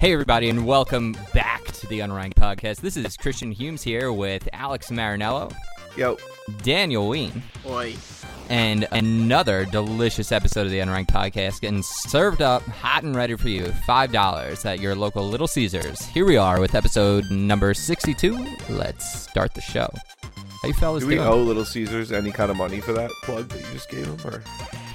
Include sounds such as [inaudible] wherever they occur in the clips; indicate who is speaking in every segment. Speaker 1: Hey, everybody, and welcome back to the Unranked Podcast. This is Christian Humes here with Alex Marinello,
Speaker 2: Yo,
Speaker 1: Daniel Ween,
Speaker 2: oi.
Speaker 1: and another delicious episode of the Unranked Podcast getting served up hot and ready for you. $5 at your local Little Caesars. Here we are with episode number 62. Let's start the show. How you fellas
Speaker 2: Do we
Speaker 1: doing?
Speaker 2: owe Little Caesars any kind of money for that plug that you just gave them, or,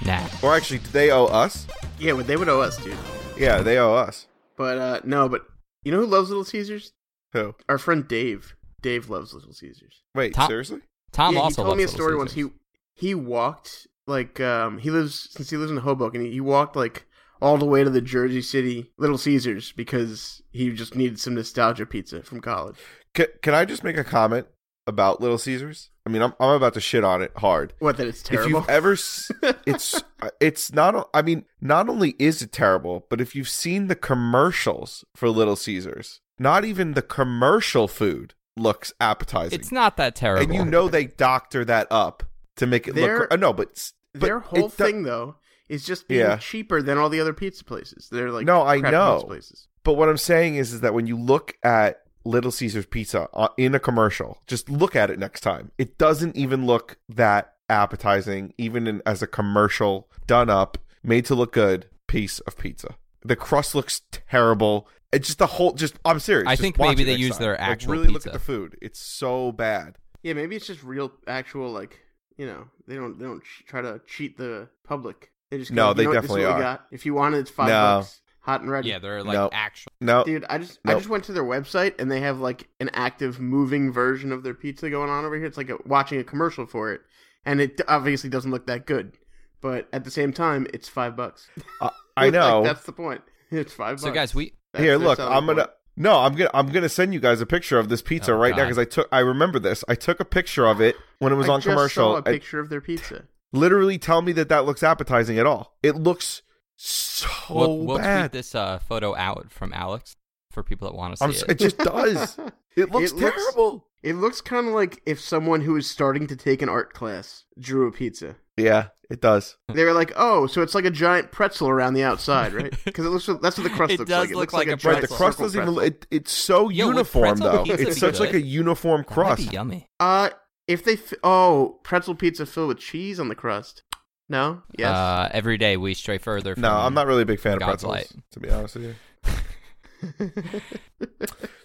Speaker 1: Nah.
Speaker 2: or actually, do they owe us?
Speaker 3: Yeah, well, they would owe us, dude.
Speaker 2: Yeah, they owe us.
Speaker 3: But uh no, but you know who loves Little Caesars?
Speaker 2: Who?
Speaker 3: Our friend Dave. Dave loves Little Caesars.
Speaker 2: Wait,
Speaker 1: Tom-
Speaker 2: seriously?
Speaker 1: Tom
Speaker 3: yeah,
Speaker 1: also
Speaker 3: he told me a
Speaker 1: loves Little
Speaker 3: story once. He
Speaker 1: Caesars.
Speaker 3: he walked like um he lives since he lives in Hoboken. He, he walked like all the way to the Jersey City Little Caesars because he just needed some nostalgia pizza from college.
Speaker 2: Can, can I just make a comment about Little Caesars? I mean, I'm, I'm about to shit on it hard.
Speaker 3: What that it's
Speaker 2: If
Speaker 3: terrible.
Speaker 2: you've ever, s- it's it's not. I mean, not only is it terrible, but if you've seen the commercials for Little Caesars, not even the commercial food looks appetizing.
Speaker 1: It's not that terrible.
Speaker 2: and you know they doctor that up to make it
Speaker 3: Their-
Speaker 2: look. Uh, no, but s- but
Speaker 3: Their whole
Speaker 2: it do-
Speaker 3: thing though is just being
Speaker 2: Yeah.
Speaker 3: cheaper than all the other pizza places. They're like
Speaker 2: No, I
Speaker 3: crap
Speaker 2: know.
Speaker 3: pizza places.
Speaker 2: But what I'm saying is, is that when you look at Little Caesars Pizza uh, in a commercial, just look at it next time. It doesn't even look that appetizing, even in, as a commercial done up, made to look good piece of pizza. The crust looks terrible. It's just the whole. Just I'm serious.
Speaker 1: I
Speaker 2: Just
Speaker 1: think
Speaker 2: watch
Speaker 1: maybe
Speaker 2: it
Speaker 1: they
Speaker 2: next
Speaker 1: use
Speaker 2: time.
Speaker 1: their
Speaker 2: Like,
Speaker 1: actual
Speaker 2: really look
Speaker 1: pizza.
Speaker 2: at the food. It's so bad.
Speaker 3: Yeah, maybe it's just real, actual, like you know, they don't they don't ch- try to cheat the public. They just go,
Speaker 2: No,
Speaker 3: "You
Speaker 2: they
Speaker 3: know what, this is
Speaker 2: definitely
Speaker 3: what
Speaker 2: are.
Speaker 3: We got. If you want it, it's five
Speaker 2: No.
Speaker 3: bucks, hot and ready.
Speaker 1: yeah, they're like
Speaker 2: Nope.
Speaker 1: actual.
Speaker 2: No,
Speaker 3: dude, I just I
Speaker 2: Nope.
Speaker 3: just went to their website and they have like an active moving version of their pizza going on over here. It's like a, watching a commercial for it, and it obviously doesn't look that good. But at the same time, it's five bucks.
Speaker 2: [laughs] I
Speaker 3: Like,
Speaker 2: know.
Speaker 3: that's the point. It's five.
Speaker 1: So,
Speaker 3: bucks.
Speaker 1: guys, we
Speaker 3: That's
Speaker 2: Here,
Speaker 3: their
Speaker 2: look,
Speaker 3: selling
Speaker 2: I'm gonna.
Speaker 3: point.
Speaker 2: No, I'm gonna I'm gonna send you guys a picture of this pizza
Speaker 1: Oh,
Speaker 2: right
Speaker 1: God.
Speaker 2: now because I took I remember this. I took a picture of it when it was
Speaker 3: I
Speaker 2: on
Speaker 3: just
Speaker 2: commercial.
Speaker 3: Saw a
Speaker 2: I-
Speaker 3: picture of their pizza.
Speaker 2: literally tell me that that looks appetizing at all. It looks so
Speaker 1: we'll, we'll tweet
Speaker 2: Oh, bad.
Speaker 1: this uh, photo out from Alex for people that want to see
Speaker 2: I'm,
Speaker 1: it.
Speaker 2: [laughs] s- it just
Speaker 3: [laughs]
Speaker 2: does. It looks
Speaker 3: It looks-
Speaker 2: terrible.
Speaker 3: It looks kind of like if someone who is starting to take an art class drew a pizza.
Speaker 2: Yeah, it does.
Speaker 3: They were like, "Oh, so it's like a giant pretzel around the outside, right?" Because it looks that's what the crust
Speaker 1: It
Speaker 3: looks
Speaker 1: does
Speaker 3: like. It
Speaker 1: look
Speaker 3: looks
Speaker 1: like
Speaker 3: like,
Speaker 1: a
Speaker 3: a
Speaker 1: pretzel.
Speaker 2: Right,
Speaker 3: giant
Speaker 2: the crust
Speaker 3: circle
Speaker 2: doesn't even.
Speaker 3: pretzel.
Speaker 2: It, it's so
Speaker 1: Yo, would
Speaker 2: uniform
Speaker 1: pretzel
Speaker 2: though.
Speaker 1: pizza
Speaker 2: It's
Speaker 1: be
Speaker 2: such like
Speaker 1: good?
Speaker 2: a uniform
Speaker 1: That might be
Speaker 2: crust.
Speaker 1: yummy.
Speaker 3: Uh, if they f- oh pretzel pizza filled with cheese on the crust. No, yes,
Speaker 1: Uh, every day we stray further. From
Speaker 2: No, I'm not really a big fan of
Speaker 1: God's
Speaker 2: pretzels,
Speaker 1: light.
Speaker 2: to be honest with you.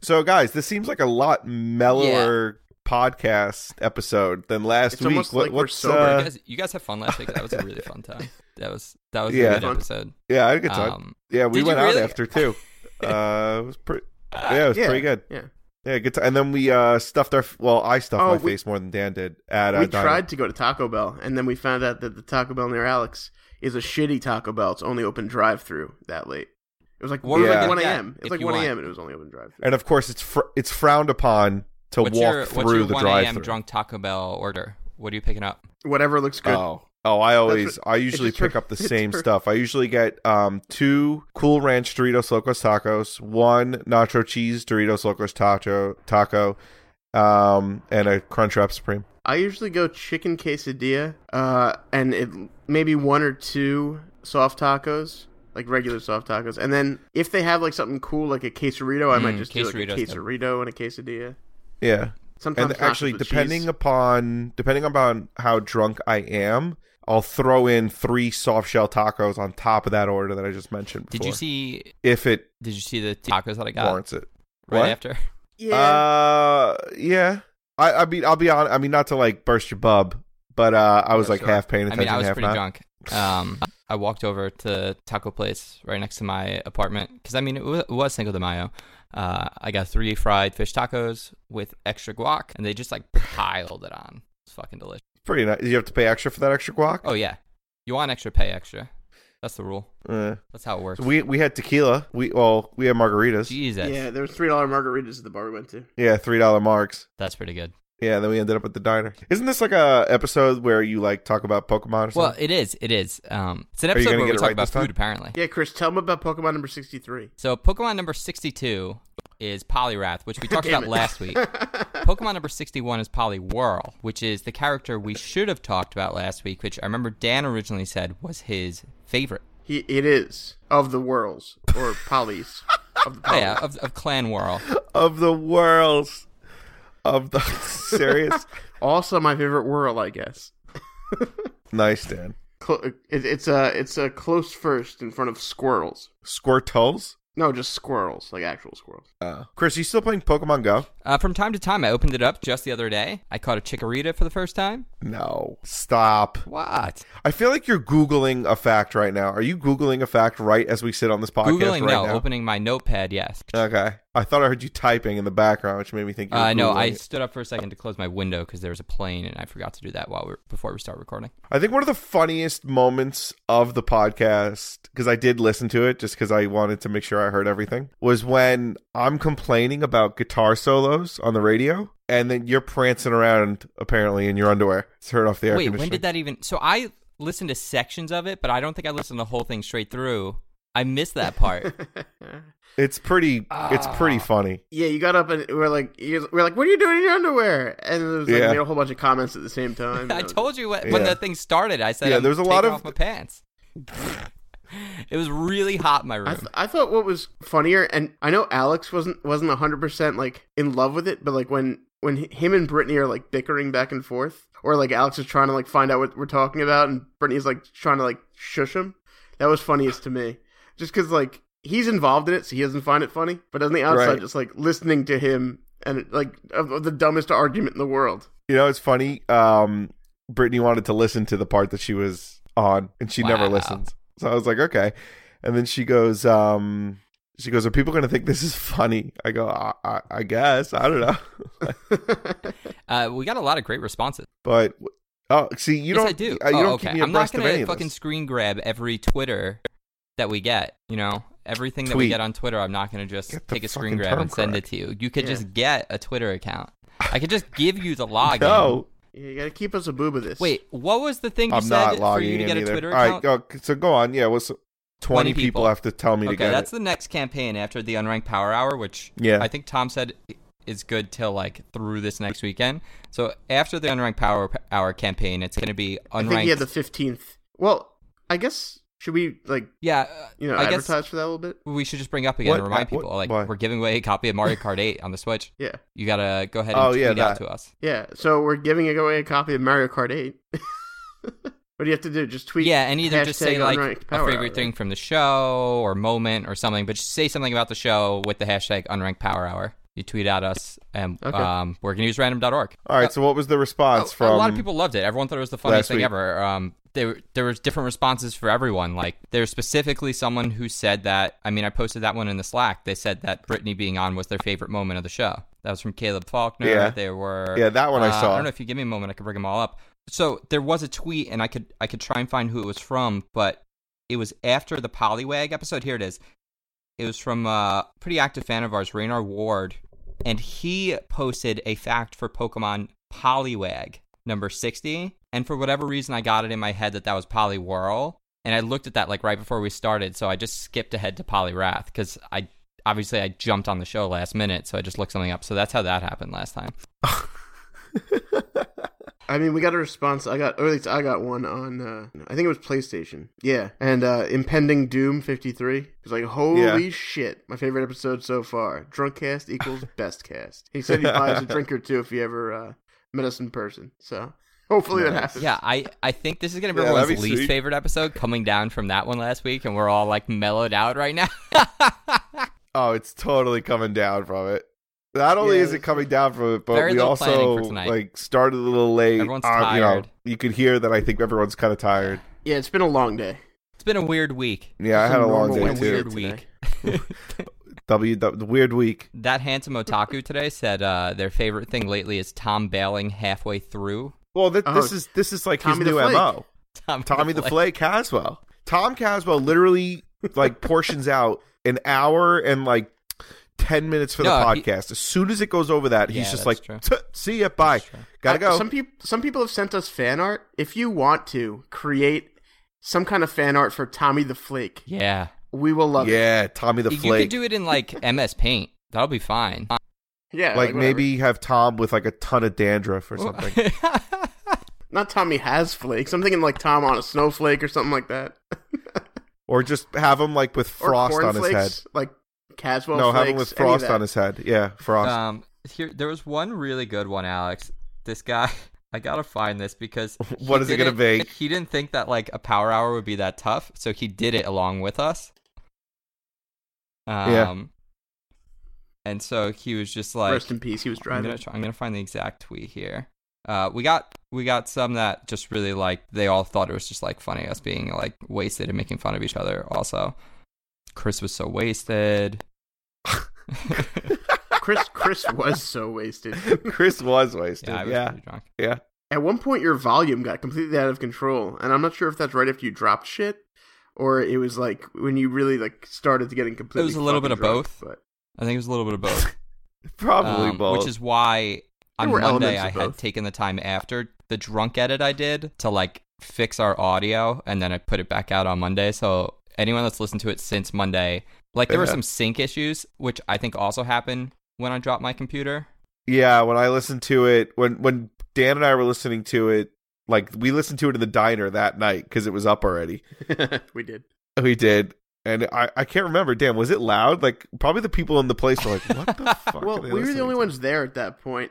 Speaker 2: so, guys, this seems like a lot mellower podcast episode than last
Speaker 3: It's
Speaker 2: week.
Speaker 3: almost like we're
Speaker 2: what's,
Speaker 3: sober.
Speaker 1: You
Speaker 2: uh,
Speaker 1: guys, you guys had fun last week. That was a really fun
Speaker 2: [laughs]
Speaker 1: time. That was that was
Speaker 2: Yeah.
Speaker 1: a good episode.
Speaker 2: yeah, I had a good time.
Speaker 1: Um,
Speaker 2: yeah, we
Speaker 1: did you
Speaker 2: went out
Speaker 1: really? [laughs]
Speaker 2: after too. uh, it was pretty. Yeah, it was
Speaker 3: yeah,
Speaker 2: pretty good.
Speaker 3: Yeah,
Speaker 2: Yeah, good. T- and then we uh, stuffed our. Well, I stuffed
Speaker 3: Oh,
Speaker 2: my
Speaker 3: we-
Speaker 2: face more than Dan did. At uh,
Speaker 3: we
Speaker 2: Dino.
Speaker 3: tried to go to Taco Bell, and then we found out that the Taco Bell near Alex is a shitty Taco Bell. It's only open drive-through that late. It was like
Speaker 1: What
Speaker 2: about
Speaker 3: one
Speaker 1: that,
Speaker 3: a.m.
Speaker 1: if
Speaker 3: It was like
Speaker 1: you
Speaker 3: one
Speaker 1: want?
Speaker 3: a.m. and it was only open drive-through.
Speaker 2: and of course, it's fr- it's frowned upon to
Speaker 1: what's
Speaker 2: walk
Speaker 1: your
Speaker 2: through
Speaker 1: what's your
Speaker 2: the
Speaker 1: 1
Speaker 2: drive
Speaker 1: a.m.
Speaker 2: through.
Speaker 1: drunk Taco Bell order? What are you picking up?
Speaker 3: Whatever looks good.
Speaker 2: Oh, oh, I always, I usually
Speaker 3: just tur-
Speaker 2: pick
Speaker 3: [laughs]
Speaker 2: up the
Speaker 3: it
Speaker 2: same
Speaker 3: tur-
Speaker 2: stuff. I usually get um two Cool Ranch Doritos Locos Tacos, one Nacho Cheese Doritos Locos Taco Taco, um, and a Crunchwrap Supreme.
Speaker 3: I usually go chicken quesadilla, uh, and it maybe one or two soft tacos, like regular soft tacos, and then if they have like something cool like a quesarito, I might
Speaker 1: Mm,
Speaker 3: just do like a
Speaker 1: quesaritos, yeah.
Speaker 3: quesarito and a quesadilla.
Speaker 2: Yeah,
Speaker 3: Sometimes
Speaker 2: and
Speaker 3: nachos
Speaker 2: actually,
Speaker 3: with
Speaker 2: depending
Speaker 3: cheese.
Speaker 2: upon depending upon how drunk I am. I'll throw in three soft shell tacos on top of that order that I just mentioned. Before.
Speaker 1: Did you see?
Speaker 2: if it
Speaker 1: Did you see the tacos that I got
Speaker 2: warrants it.
Speaker 1: right
Speaker 2: what?
Speaker 1: after?
Speaker 3: yeah,
Speaker 2: Uh, yeah. I, I mean, I'll be on. I mean, not to like burst your bub, but uh, I was
Speaker 3: Yeah,
Speaker 2: like
Speaker 3: sure.
Speaker 2: half paying
Speaker 1: I
Speaker 2: attention,
Speaker 1: mean, I was
Speaker 2: half
Speaker 1: pretty
Speaker 2: not.
Speaker 1: drunk. Um, I walked over to taco place right next to my apartment because I mean it was, it was Cinco de Mayo. Uh, I got three fried fish tacos with extra guac, and they just like piled it on. It's fucking delicious.
Speaker 2: Pretty nice. You have to pay extra for that extra guac.
Speaker 1: Oh yeah, you want extra, pay extra. That's the rule.
Speaker 2: Eh.
Speaker 1: That's how it works.
Speaker 2: So we we had tequila. We well, we had margaritas.
Speaker 1: Jesus,
Speaker 3: yeah. There was three dollar margaritas at the bar we went to.
Speaker 2: Yeah, three dollar marks.
Speaker 1: that's pretty good.
Speaker 2: Yeah, and then we ended up at the diner. Isn't this like a episode where you like talk about Pokemon? Or something?
Speaker 1: Well, it is. It is. Um, it's an
Speaker 2: Are you
Speaker 1: episode
Speaker 2: gonna
Speaker 1: where we
Speaker 2: get it
Speaker 1: talk
Speaker 2: right
Speaker 1: about
Speaker 2: this time?
Speaker 1: food, apparently.
Speaker 3: Yeah, Chris, tell them about Pokemon number sixty three.
Speaker 1: So Pokemon number sixty-two is Poliwrath, which we talked
Speaker 3: Damn
Speaker 1: about
Speaker 3: it.
Speaker 1: last week. Pokemon number 61 is Poliwhirl, which is the character we should have talked about last week, which I remember Dan originally said was his favorite.
Speaker 3: He it is of the whirls or polys. of the
Speaker 1: Oh,
Speaker 2: [laughs]
Speaker 1: yeah, of, of Clan Whirl.
Speaker 2: of the worlds of the [laughs] serious.
Speaker 3: Also, my favorite whirl, I guess.
Speaker 2: [laughs] nice, Dan.
Speaker 3: Cl- it, it's a it's a close first in front of squirrels.
Speaker 2: Squirtles.
Speaker 3: No, just squirrels, like actual squirrels. [laughs]
Speaker 2: Uh, Chris, you still playing Pokemon Go?
Speaker 1: Uh, from time to time, I opened it up just the other day. I caught a Chikorita for the first time.
Speaker 2: No. Stop.
Speaker 1: What?
Speaker 2: I feel like you're Googling a fact right now. Are you Googling a fact right as we sit on this podcast
Speaker 1: Googling,
Speaker 2: right
Speaker 1: no.
Speaker 2: now?
Speaker 1: Opening my notepad, yes.
Speaker 2: okay. I thought I heard you typing in the background, which made me think you were
Speaker 1: Uh, no,
Speaker 2: Googling
Speaker 1: I
Speaker 2: it.
Speaker 1: stood up for a second to close my window because there was a plane, and I forgot to do that while we are before we start recording.
Speaker 2: I think one of the funniest moments of the podcast, because I did listen to it just because I wanted to make sure I heard everything, was when I'm complaining about guitar solos on the radio, and then you're prancing around apparently in your underwear. It's heard off the air
Speaker 1: Wait,
Speaker 2: conditioning.
Speaker 1: when did that even? So I listened to sections of it, but I don't think I listened to the whole thing straight through. I missed that
Speaker 2: [laughs]
Speaker 1: part. [laughs]
Speaker 2: It's pretty. it's
Speaker 1: Ah.
Speaker 2: pretty funny.
Speaker 3: yeah, you got up and we're like, you- we're like, what are you doing in your underwear? And there was like,
Speaker 2: Yeah.
Speaker 3: made a whole bunch of comments at the same
Speaker 1: [laughs]
Speaker 3: time.
Speaker 1: I told you when, when
Speaker 2: Yeah.
Speaker 1: the thing started. I said,
Speaker 2: Yeah,
Speaker 1: "I'm
Speaker 2: there's a lot
Speaker 1: taking
Speaker 2: of-
Speaker 1: off my pants." [laughs] it was really hot in my room.
Speaker 3: I, th- I thought what was funnier, and I know Alex wasn't wasn't hundred percent like in love with it, but like when when h- him and Brittany are like bickering back and forth, or like Alex is trying to like find out what we're talking about, and Brittany's like trying to like shush him. That was funniest to me, just because like he's involved in it, so he doesn't find it funny, but on the outside,
Speaker 2: Right.
Speaker 3: just like listening to him and like of, of the dumbest argument in the world.
Speaker 2: You know, it's funny. Um, Brittany wanted to listen to the part that she was on, and she never
Speaker 1: Wow.
Speaker 2: listens. So I was like, okay. And then she goes, um, she goes, "Are people going to think this is funny?" I go, "I, I, I guess. I don't know."
Speaker 1: [laughs] Uh, we got a lot of great responses.
Speaker 2: But oh, see, you
Speaker 1: yes,
Speaker 2: don't.
Speaker 1: I do.
Speaker 2: uh, You
Speaker 1: oh,
Speaker 2: don't
Speaker 1: okay.
Speaker 2: keep me
Speaker 1: I'm not
Speaker 2: abreast
Speaker 1: gonna
Speaker 2: of any of
Speaker 1: fucking
Speaker 2: this.
Speaker 1: screen grab every Twitter that we get. You know, everything that we
Speaker 2: Tweet.
Speaker 1: get on Twitter, I'm not gonna just
Speaker 2: Get the
Speaker 1: take a screen
Speaker 2: fucking
Speaker 1: grab
Speaker 2: term
Speaker 1: and send
Speaker 2: correct.
Speaker 1: it to you. You could
Speaker 3: Yeah.
Speaker 1: just get a Twitter account. I could
Speaker 2: [laughs]
Speaker 1: just give you the login.
Speaker 2: No,
Speaker 3: Yeah, you gotta keep us a boob of this.
Speaker 1: Wait, what was the thing you
Speaker 2: I'm
Speaker 1: said
Speaker 2: not
Speaker 1: for
Speaker 2: logging
Speaker 1: you to
Speaker 2: in
Speaker 1: get a
Speaker 2: either.
Speaker 1: Twitter
Speaker 2: All right,
Speaker 1: account?
Speaker 2: go- so go on. Yeah, what's
Speaker 1: 20
Speaker 2: twenty people
Speaker 1: people.
Speaker 2: have to tell me to
Speaker 1: okay,
Speaker 2: get
Speaker 1: that's
Speaker 2: it.
Speaker 1: the next campaign after the unranked power hour, which
Speaker 2: Yeah.
Speaker 1: I think Tom said is good till like through this next weekend. So after the unranked power hour campaign, it's going to be
Speaker 3: I
Speaker 1: unranked.
Speaker 3: think he had the fifteenth. Well, I guess should we like
Speaker 1: yeah, uh,
Speaker 3: you know
Speaker 1: I guess
Speaker 3: advertise for that a little bit?
Speaker 1: we should just bring up again
Speaker 2: What?
Speaker 1: and remind
Speaker 2: Uh, what-
Speaker 1: people like
Speaker 2: why?
Speaker 1: we're giving away a copy of Mario Kart 8 on the Switch.
Speaker 3: Yeah.
Speaker 1: You got to go ahead and
Speaker 2: Oh,
Speaker 1: tweet
Speaker 2: yeah,
Speaker 1: out
Speaker 2: that.
Speaker 1: to us.
Speaker 3: Yeah, so we're giving away a copy of Mario Kart [laughs] 8. what do you have to do? Just tweet.
Speaker 1: Yeah, and either just say
Speaker 3: hashtag
Speaker 1: like
Speaker 3: unranked
Speaker 1: a
Speaker 3: power hour,
Speaker 1: favorite thing from the show or moment or something, but just say something about the show with the hashtag unranked power hour. You tweet at us, and
Speaker 3: Okay.
Speaker 1: um, we're going to use random.org.
Speaker 2: All right. So what was the response
Speaker 1: Oh. a
Speaker 2: from
Speaker 1: lot of people loved it. Everyone thought it was the
Speaker 2: last
Speaker 1: funniest thing
Speaker 2: week.
Speaker 1: ever. Um, there there was different responses for everyone. Like there's specifically someone who said that. I mean, I posted that one in the Slack. They said that Brittany being on was their favorite moment of the show. That was from Caleb Faulkner.
Speaker 2: Yeah.
Speaker 1: There were
Speaker 2: Yeah, that one I
Speaker 1: uh,
Speaker 2: saw.
Speaker 1: I don't know if you give me a moment, I could bring them all up. So there was a tweet, and I could I could try and find who it was from, but it was after the Polywag episode. Here it is. It was from a pretty active fan of ours, Raynar Ward, and he posted a fact for Pokemon Poliwag number 60. And for whatever reason, I got it in my head that that was Poliwhirl. And I looked at that like right before we started, so I just skipped ahead to Poliwrath because I obviously I jumped on the show last minute, so I just looked something up. So that's how that happened last time.
Speaker 3: I mean, we got a response. I got, or at least I got one on. Uh, I think it was PlayStation. Yeah, and uh, impending Doom fifty three. He's like, holy shit, my favorite episode so far. Drunk cast equals best cast. He said he buys a drink or two if he ever uh, met us in person. So hopefully that happens.
Speaker 1: Yeah, I, I think this is gonna be
Speaker 2: Yeah,
Speaker 1: everyone's
Speaker 2: that'd be
Speaker 1: least
Speaker 2: sweet.
Speaker 1: favorite episode coming down from that one last week, and we're all like mellowed out right now. [laughs]
Speaker 2: Oh, it's totally coming down from it. Not only
Speaker 3: Yeah,
Speaker 2: is it
Speaker 3: that's
Speaker 2: coming down from it, but
Speaker 1: Very
Speaker 2: we
Speaker 1: little planning
Speaker 2: also
Speaker 1: for tonight.
Speaker 2: like started a little late. Uh,
Speaker 1: Everyone's
Speaker 2: You, know,
Speaker 1: tired.
Speaker 2: you could hear that. I think everyone's kind of tired.
Speaker 3: yeah, it's been a long day.
Speaker 1: it's been a weird week.
Speaker 2: Yeah, I had a long
Speaker 3: normal
Speaker 2: day
Speaker 1: Wednesday Weird
Speaker 2: too.
Speaker 3: today.
Speaker 1: week.
Speaker 2: W the weird week.
Speaker 1: [laughs] That handsome otaku today said uh, their favorite thing lately is Tom bailing halfway through. [laughs]
Speaker 2: Well, th- this
Speaker 3: Oh,
Speaker 2: is this is like
Speaker 3: Tommy
Speaker 2: his
Speaker 3: the
Speaker 2: new
Speaker 3: Flake.
Speaker 2: mo.
Speaker 1: Tom
Speaker 2: Tommy the
Speaker 1: Flake.
Speaker 2: Flake Caswell. Tom Caswell literally like portions out an hour and like ten minutes for the
Speaker 1: No, he-
Speaker 2: podcast. as soon as it goes over that, he's
Speaker 1: Yeah,
Speaker 2: just
Speaker 1: that's
Speaker 2: like,
Speaker 1: true.
Speaker 2: "Tuh, "See ya, bye,
Speaker 1: true.
Speaker 2: gotta
Speaker 3: Uh,
Speaker 2: go."
Speaker 3: Some people some people have sent us fan art. If you want to create some kind of fan art for Tommy the Flake,
Speaker 1: Yeah.
Speaker 3: we will love it.
Speaker 2: yeah, Tommy the
Speaker 1: you
Speaker 2: Flake.
Speaker 1: could do it in like MS Paint. That'll be fine.
Speaker 3: Yeah,
Speaker 2: like
Speaker 3: whatever.
Speaker 2: maybe have Tom with like a ton of dandruff or something.
Speaker 1: [laughs]
Speaker 3: not Tommy has flakes. I'm thinking like Tom on a snowflake or something like that. [laughs]
Speaker 2: or just have him like with
Speaker 3: Or
Speaker 2: frost on his
Speaker 3: cornflakes,
Speaker 2: head.
Speaker 3: Like Caswell.
Speaker 2: no,
Speaker 3: flakes,
Speaker 2: having with
Speaker 3: any of
Speaker 2: frost
Speaker 3: that.
Speaker 2: on his head. Yeah, frost.
Speaker 1: Um, here there was one really good one, Alex. This guy, [laughs] I gotta find this because
Speaker 2: [laughs] What is it gonna
Speaker 1: didn't-
Speaker 2: be?
Speaker 1: He didn't think that like a power hour would be that tough, so he did it along with us. Um,
Speaker 2: Yeah.
Speaker 1: And so he was just like,
Speaker 3: Rest in peace. He was
Speaker 1: I'm
Speaker 3: driving.
Speaker 1: gonna try, I'm gonna find the exact tweet here. Uh, we got we got some that just really like they all thought it was just like funny us being like wasted and making fun of each other. Also, Chris was so wasted.
Speaker 3: [laughs] Chris Chris was
Speaker 2: [laughs]
Speaker 3: so wasted.
Speaker 2: Chris was wasted.
Speaker 1: Um, yeah, I was
Speaker 2: Yeah, yeah.
Speaker 1: pretty drunk.
Speaker 3: At one point, your volume got completely out of control, and I'm not sure if that's right after you dropped shit, or it was like when you really like started to getting completely.
Speaker 1: a little
Speaker 3: fucking
Speaker 1: bit of
Speaker 3: drunk,
Speaker 1: both.
Speaker 3: But
Speaker 1: I think it was a little bit of both,
Speaker 2: Probably
Speaker 1: Um,
Speaker 2: both.
Speaker 1: which is why on
Speaker 3: were
Speaker 1: Monday
Speaker 3: elements of
Speaker 1: I had
Speaker 3: both.
Speaker 1: taken the time after the drunk edit I did to like fix our audio, and then I put it back out on Monday. So anyone that's listened to it since Monday, like there were
Speaker 2: Yeah.
Speaker 1: some sync issues, which I think also happened when I dropped my computer.
Speaker 2: Yeah, when I listened to it, when when Dan and I were listening to it, like we listened to it in the diner that night because it was up already. [laughs]
Speaker 3: we did.
Speaker 2: We did, and I I can't remember. Dan, was it loud? Like probably the people in the place were like, "What
Speaker 3: [laughs]
Speaker 2: the fuck?"
Speaker 3: Well,
Speaker 2: are they
Speaker 3: we were the
Speaker 2: listening
Speaker 3: only
Speaker 2: to?"
Speaker 3: ones there at that point.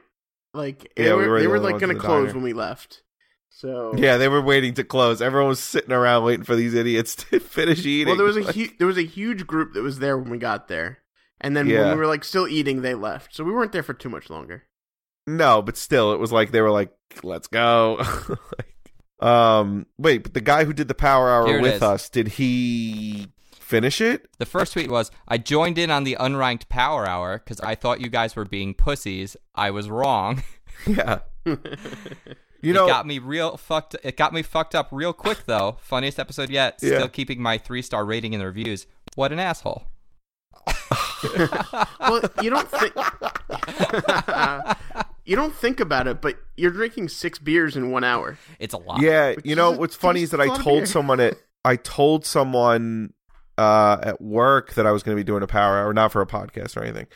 Speaker 3: Like
Speaker 2: Yeah,
Speaker 3: they
Speaker 2: we
Speaker 3: were,
Speaker 2: were
Speaker 3: they
Speaker 2: the
Speaker 3: were
Speaker 2: only
Speaker 3: like
Speaker 2: ones
Speaker 3: going
Speaker 2: in
Speaker 3: to
Speaker 2: the
Speaker 3: close
Speaker 2: diner.
Speaker 3: when we left. So
Speaker 2: Yeah, they were waiting to close. Everyone was sitting around waiting for these idiots to [laughs] finish eating.
Speaker 3: Well, there was a
Speaker 2: Like,
Speaker 3: hu- there was a huge group that was there when we got there, and then
Speaker 2: Yeah.
Speaker 3: when we were like still eating, they left. So we weren't there for too much longer.
Speaker 2: No, but still, it was like they were like, "Let's go." [laughs] Like, um, wait, but the guy who did the power
Speaker 1: Here
Speaker 2: hour
Speaker 1: it
Speaker 2: with
Speaker 1: is.
Speaker 2: us, did he finish it?
Speaker 1: The first tweet was, I joined in on the unranked power hour because I thought you guys were being pussies. I was wrong.
Speaker 2: Yeah, [laughs] you
Speaker 1: [laughs] it
Speaker 2: know,
Speaker 1: got me real fucked. It got me fucked up real quick though. Funniest episode yet.
Speaker 2: Yeah.
Speaker 1: Still keeping my three star rating in the reviews. What an asshole.
Speaker 3: well, you don't think [laughs] you don't think about it, but you're drinking six beers in one hour.
Speaker 1: It's a lot.
Speaker 2: Yeah,
Speaker 3: Which
Speaker 2: you know
Speaker 3: is a
Speaker 2: what's funny is that I
Speaker 3: decent lot of beer.
Speaker 2: told someone at I told someone uh, at work that I was going to be doing a power hour, not for a podcast or anything,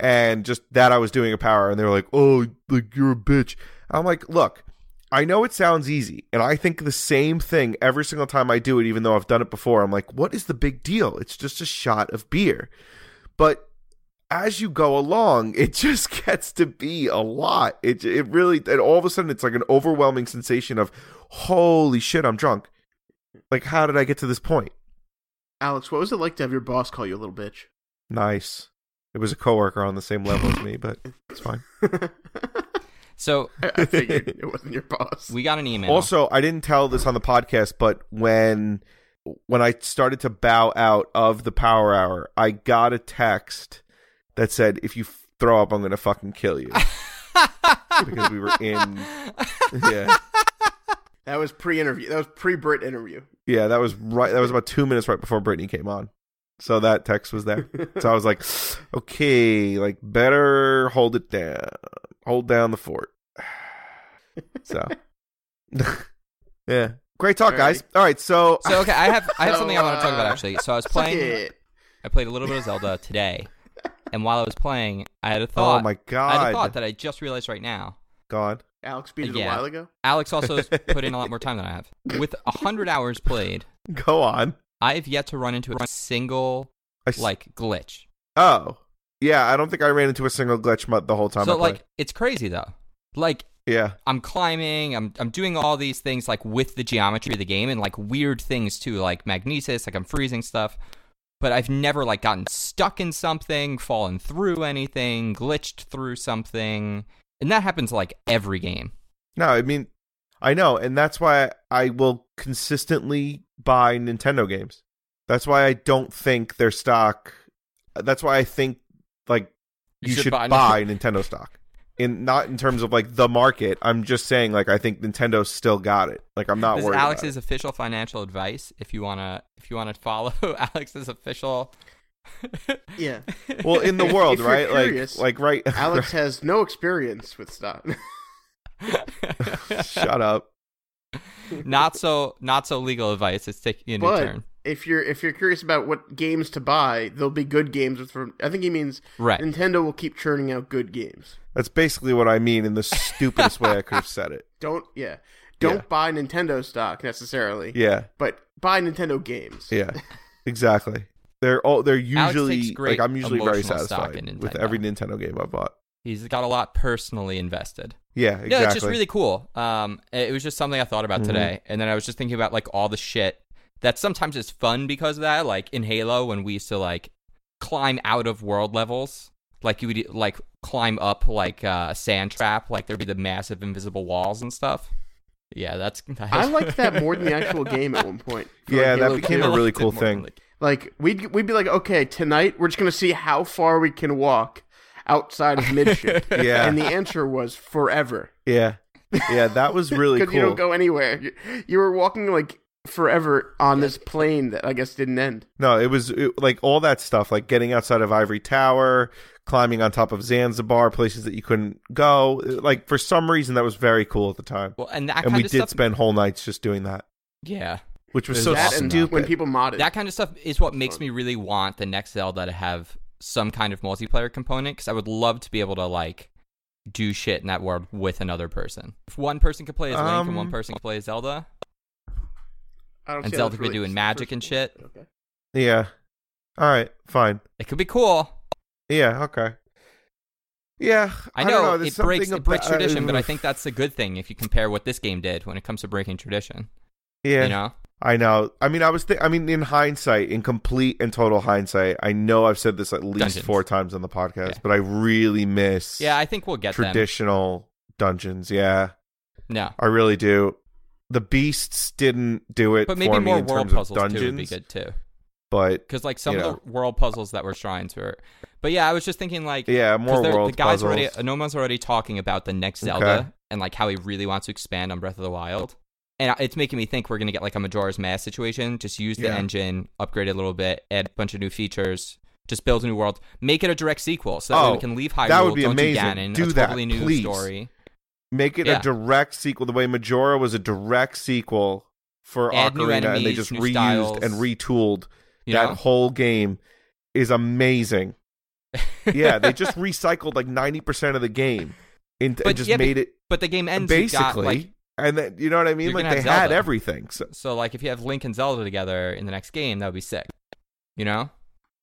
Speaker 2: and just that I was doing a power hour, and they were like, "Oh, like you're a bitch." I'm like, "Look, I know it sounds easy, and I think the same thing every single time I do it, even though I've done it before. I'm like, what is the big deal? It's just a shot of beer, but." As you go along, it just [laughs] gets to be a lot. It it really and all of a sudden it's like an overwhelming sensation of holy shit, I'm drunk. Like, how did I get to this point?
Speaker 3: Alex, what was it like to have your boss call you a little bitch? [laughs]
Speaker 2: Nice. It was a coworker on the same level as me, but it's fine.
Speaker 1: So
Speaker 3: I, I figured it wasn't your boss.
Speaker 1: we got an email.
Speaker 2: Also, I didn't tell this on the podcast, but when when I started to bow out of the power hour, I got a text that said, "If you f- throw up, I'm going to fucking kill you." because we were in yeah.
Speaker 3: that was pre-interview. That was pre-Brit interview.
Speaker 2: Yeah, that was right that was about 2 minutes right before Brittany came on. So that text
Speaker 1: [laughs]
Speaker 2: was
Speaker 3: [laughs]
Speaker 2: there. So I was like, okay, like better hold it down, hold down the fort. [sighs] So, [laughs] yeah, great talk, guys. All right, so,
Speaker 1: [laughs] so okay, I have I have
Speaker 3: So,
Speaker 1: something I want to talk about
Speaker 3: uh,
Speaker 1: actually. So I was
Speaker 3: Suck
Speaker 1: playing.
Speaker 3: it.
Speaker 1: I played a little bit of Zelda today, and while I was playing, I had a
Speaker 2: oh
Speaker 1: thought.
Speaker 2: my
Speaker 1: I had a
Speaker 2: god,
Speaker 1: thought that I just realized right now.
Speaker 2: god,
Speaker 3: Alex beat it
Speaker 1: Yeah.
Speaker 3: a while ago.
Speaker 1: Alex also
Speaker 2: [laughs]
Speaker 1: has put in a lot more time than I have. With hundred hours played,
Speaker 2: go on.
Speaker 1: I have yet to run into a single
Speaker 2: I s-
Speaker 1: like glitch.
Speaker 2: oh yeah, I don't think I ran into a single glitch mu- the whole time. I
Speaker 1: So
Speaker 2: played.
Speaker 1: like it's crazy though. Like
Speaker 2: yeah,
Speaker 1: I'm climbing, I'm I'm doing all these things like with the geometry of the game and like weird things too, like magnesis, like I'm freezing stuff. But I've never like gotten stuck in something, fallen through anything, glitched through something. And that happens like every game.
Speaker 2: no, I mean, I know, and that's why I will consistently buy Nintendo games. That's why I don't think their stock. That's why I think like you, should,
Speaker 1: [laughs]
Speaker 2: buy, Nintendo stock. In not in terms of like the market, I'm just saying like I think Nintendo's still got it. Like I'm not
Speaker 1: This is
Speaker 2: worried. about
Speaker 1: Alex's official financial advice. If you wanna, if you wanna follow [laughs] Alex's official,
Speaker 3: Yeah,
Speaker 2: it. well in the
Speaker 3: If-
Speaker 2: world,
Speaker 3: if you're
Speaker 2: right? Like
Speaker 3: curious,
Speaker 2: like right.
Speaker 3: [laughs]
Speaker 2: [laughs]
Speaker 3: Alex has no experience with stock.
Speaker 2: shut up.
Speaker 1: not so, not so legal advice. It's
Speaker 3: [laughs]
Speaker 1: taking a new
Speaker 3: But-
Speaker 1: turn,
Speaker 3: if you're if you're curious about what games to buy, there'll be good games. With from I think he means
Speaker 1: right?
Speaker 3: Nintendo will keep churning out good games.
Speaker 2: That's basically what I mean in the stupidest way I could have said it.
Speaker 3: Don't yeah, don't
Speaker 2: Yeah.
Speaker 3: buy Nintendo stock necessarily.
Speaker 2: Yeah,
Speaker 3: but buy Nintendo games.
Speaker 2: yeah, exactly. They're all they're
Speaker 1: Alex takes
Speaker 2: usually
Speaker 1: great
Speaker 2: like I'm usually very
Speaker 1: emotional stock in
Speaker 2: satisfied with
Speaker 1: Nintendo.
Speaker 2: every Nintendo game I've bought.
Speaker 1: He's got a lot personally invested.
Speaker 2: Yeah, exactly.
Speaker 1: No, it's just really cool. Um, it was just something I thought about
Speaker 2: Mhm.
Speaker 1: today, and then I was just thinking about like all the shit that sometimes is fun because of that. Like in Halo, when we used to like climb out of world levels, like you would like climb up like uh, a sand trap, like there'd be the massive invisible walls and stuff. Yeah, that's. [laughs]
Speaker 3: I liked that more than the actual game at one point.
Speaker 2: [laughs]
Speaker 3: for,
Speaker 2: Yeah,
Speaker 3: like,
Speaker 2: that
Speaker 3: Halo
Speaker 2: became
Speaker 1: [laughs]
Speaker 3: two.
Speaker 2: a really
Speaker 1: liked it
Speaker 2: cool
Speaker 1: more than,
Speaker 2: thing.
Speaker 1: like-
Speaker 3: like we'd we'd be like, okay, tonight we're just gonna see how far we can walk outside of midship.
Speaker 2: [laughs] Yeah.
Speaker 3: and the answer was forever
Speaker 2: yeah, yeah.
Speaker 1: [laughs]
Speaker 2: That was really
Speaker 3: because
Speaker 2: cool.
Speaker 3: you don't go anywhere. You, you were walking like forever on this plane that I guess didn't end.
Speaker 2: No, it was it, like all that stuff, like getting outside of Ivory Tower, climbing on top of Zanzibar, places that you couldn't go. Like for some reason, that was very cool at the time,
Speaker 1: Well, and that
Speaker 2: and
Speaker 1: kind
Speaker 2: we
Speaker 1: of
Speaker 2: did
Speaker 1: stuff.
Speaker 2: spend whole nights just doing that,
Speaker 1: yeah,
Speaker 2: which was
Speaker 1: It
Speaker 2: so
Speaker 1: was
Speaker 3: That
Speaker 1: awesome,
Speaker 3: and
Speaker 2: stupid.
Speaker 3: when people modded.
Speaker 1: that kind of stuff is what makes me really want the next Zelda to have some kind of multiplayer component because I would love to be able to like do shit in that world with another person. If one person could play as Link and one
Speaker 2: Um,
Speaker 1: person could play as Zelda,
Speaker 3: I don't
Speaker 1: and
Speaker 3: see how
Speaker 1: Zelda
Speaker 3: that's
Speaker 1: could be doing magic and shit.
Speaker 3: Okay.
Speaker 2: yeah. All right. Fine.
Speaker 1: it could be cool.
Speaker 2: Yeah. Okay. Yeah.
Speaker 1: I
Speaker 2: don't
Speaker 1: know,
Speaker 2: There's
Speaker 1: it breaks
Speaker 2: something
Speaker 1: it breaks
Speaker 2: about- uh,
Speaker 1: tradition,
Speaker 2: [laughs]
Speaker 1: but I think that's a good thing if you compare what this game did when it comes to breaking tradition.
Speaker 2: yeah.
Speaker 1: You know,
Speaker 2: I know. I mean, I was. Th- I mean, in hindsight, in complete and total hindsight, I know I've said this at least
Speaker 1: Dungeons.
Speaker 2: four times on the podcast,
Speaker 1: Yeah.
Speaker 2: but I really miss
Speaker 1: yeah, I think we'll get them.
Speaker 2: traditional dungeons. Yeah,
Speaker 1: No,
Speaker 2: I really do. The beasts didn't do it
Speaker 1: but maybe
Speaker 2: for me
Speaker 1: more
Speaker 2: in
Speaker 1: world
Speaker 2: terms of
Speaker 1: puzzles
Speaker 2: dungeons,
Speaker 1: too would be good too.
Speaker 2: but
Speaker 1: Because like some
Speaker 2: You
Speaker 1: of the world puzzles that were shrines were, but yeah, I was just thinking like
Speaker 2: yeah, more
Speaker 1: Because they're-
Speaker 2: world
Speaker 1: the guy's
Speaker 2: puzzles.
Speaker 1: already Noma's already talking about the next
Speaker 2: Okay.
Speaker 1: Zelda and like how he really wants to expand on Breath of the Wild. And I- it's making me think we're gonna get like a Majora's Mask situation. Just use the
Speaker 2: Yeah.
Speaker 1: engine, upgrade it a little bit, add a bunch of new features, just build a new world, make it a direct sequel, so that way
Speaker 2: Oh,
Speaker 1: we can leave Hyrule.
Speaker 2: that would be
Speaker 1: don't
Speaker 2: amazing.
Speaker 1: Do, Ganon,
Speaker 2: Do
Speaker 1: a
Speaker 2: that,
Speaker 1: totally new
Speaker 2: please.
Speaker 1: story.
Speaker 2: Make it
Speaker 1: Yeah.
Speaker 2: a direct sequel. The way Majora was a direct sequel for
Speaker 1: Add new
Speaker 2: Ocarina, and they
Speaker 1: enemies,
Speaker 2: just
Speaker 1: new
Speaker 2: reused
Speaker 1: styles.
Speaker 2: and retooled
Speaker 1: You
Speaker 2: that
Speaker 1: know?
Speaker 2: whole game is amazing. [laughs] yeah, they just recycled like ninety percent of the game and,
Speaker 1: But
Speaker 2: and just
Speaker 1: yeah, but
Speaker 2: made it
Speaker 1: [laughs] but the game ends
Speaker 2: basically.
Speaker 1: Basically. Got, like,
Speaker 2: and then you know what I mean?
Speaker 1: You're
Speaker 2: Like
Speaker 1: gonna
Speaker 2: they
Speaker 1: have
Speaker 2: had
Speaker 1: Zelda.
Speaker 2: everything. So
Speaker 1: so like if you have Link and Zelda together in the next game, that would be sick. You know.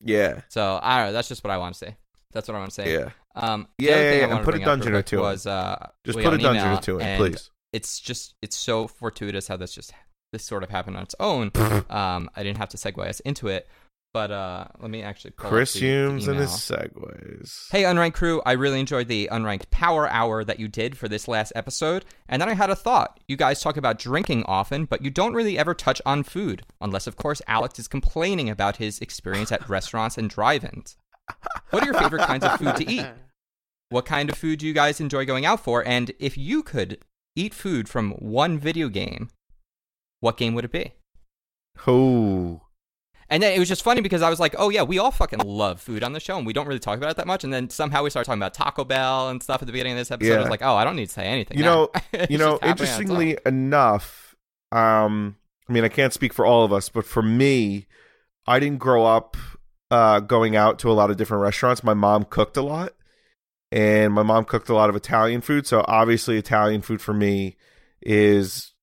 Speaker 2: yeah,
Speaker 1: So I don't know. That's just what I want to say. That's what I want to say.
Speaker 2: yeah.
Speaker 1: Um, the
Speaker 2: Yeah,
Speaker 1: other
Speaker 2: yeah,
Speaker 1: thing I
Speaker 2: yeah,
Speaker 1: wanted
Speaker 2: and
Speaker 1: to
Speaker 2: put a
Speaker 1: bring up
Speaker 2: dungeon
Speaker 1: real
Speaker 2: or
Speaker 1: quick
Speaker 2: two in.
Speaker 1: Was, uh,
Speaker 2: Just
Speaker 1: we
Speaker 2: put
Speaker 1: got
Speaker 2: a
Speaker 1: an
Speaker 2: dungeon
Speaker 1: email,
Speaker 2: or two in,
Speaker 1: and
Speaker 2: please.
Speaker 1: It's just it's so fortuitous how this just this sort of happened on its
Speaker 2: [laughs]
Speaker 1: own. um, I didn't have to segue us into it, but uh, let me actually. Pull up
Speaker 2: Chris
Speaker 1: the- the
Speaker 2: Humes and his
Speaker 1: email.
Speaker 2: segues.
Speaker 1: Hey, Unranked Crew, I really enjoyed the Unranked Power Hour that you did for this last episode. And then I had a thought. You guys talk about drinking often, but you don't really ever touch on food. Unless, of course, Alex is complaining about his experience at restaurants and drive ins. What are your favorite kinds of food to eat? What kind of food do you guys enjoy going out for? And if you could eat food from one video game, what game would it be?
Speaker 2: Oh,
Speaker 1: And then it was just funny because I was like, oh yeah, we all fucking love food on the show and we don't really talk about it that much. And then somehow we started talking about Taco Bell and stuff at the beginning of this episode. I was
Speaker 2: Yeah.
Speaker 1: like, oh, I don't need to say anything.
Speaker 2: you
Speaker 1: now.
Speaker 2: know,
Speaker 1: [laughs] It's
Speaker 2: you know.
Speaker 1: just happening on its own.
Speaker 2: Interestingly enough, um, I mean, I can't speak for all of us, but for me, I didn't grow up uh, going out to a lot of different restaurants. My mom cooked a lot, and my mom cooked a lot of Italian food. So obviously, Italian food for me is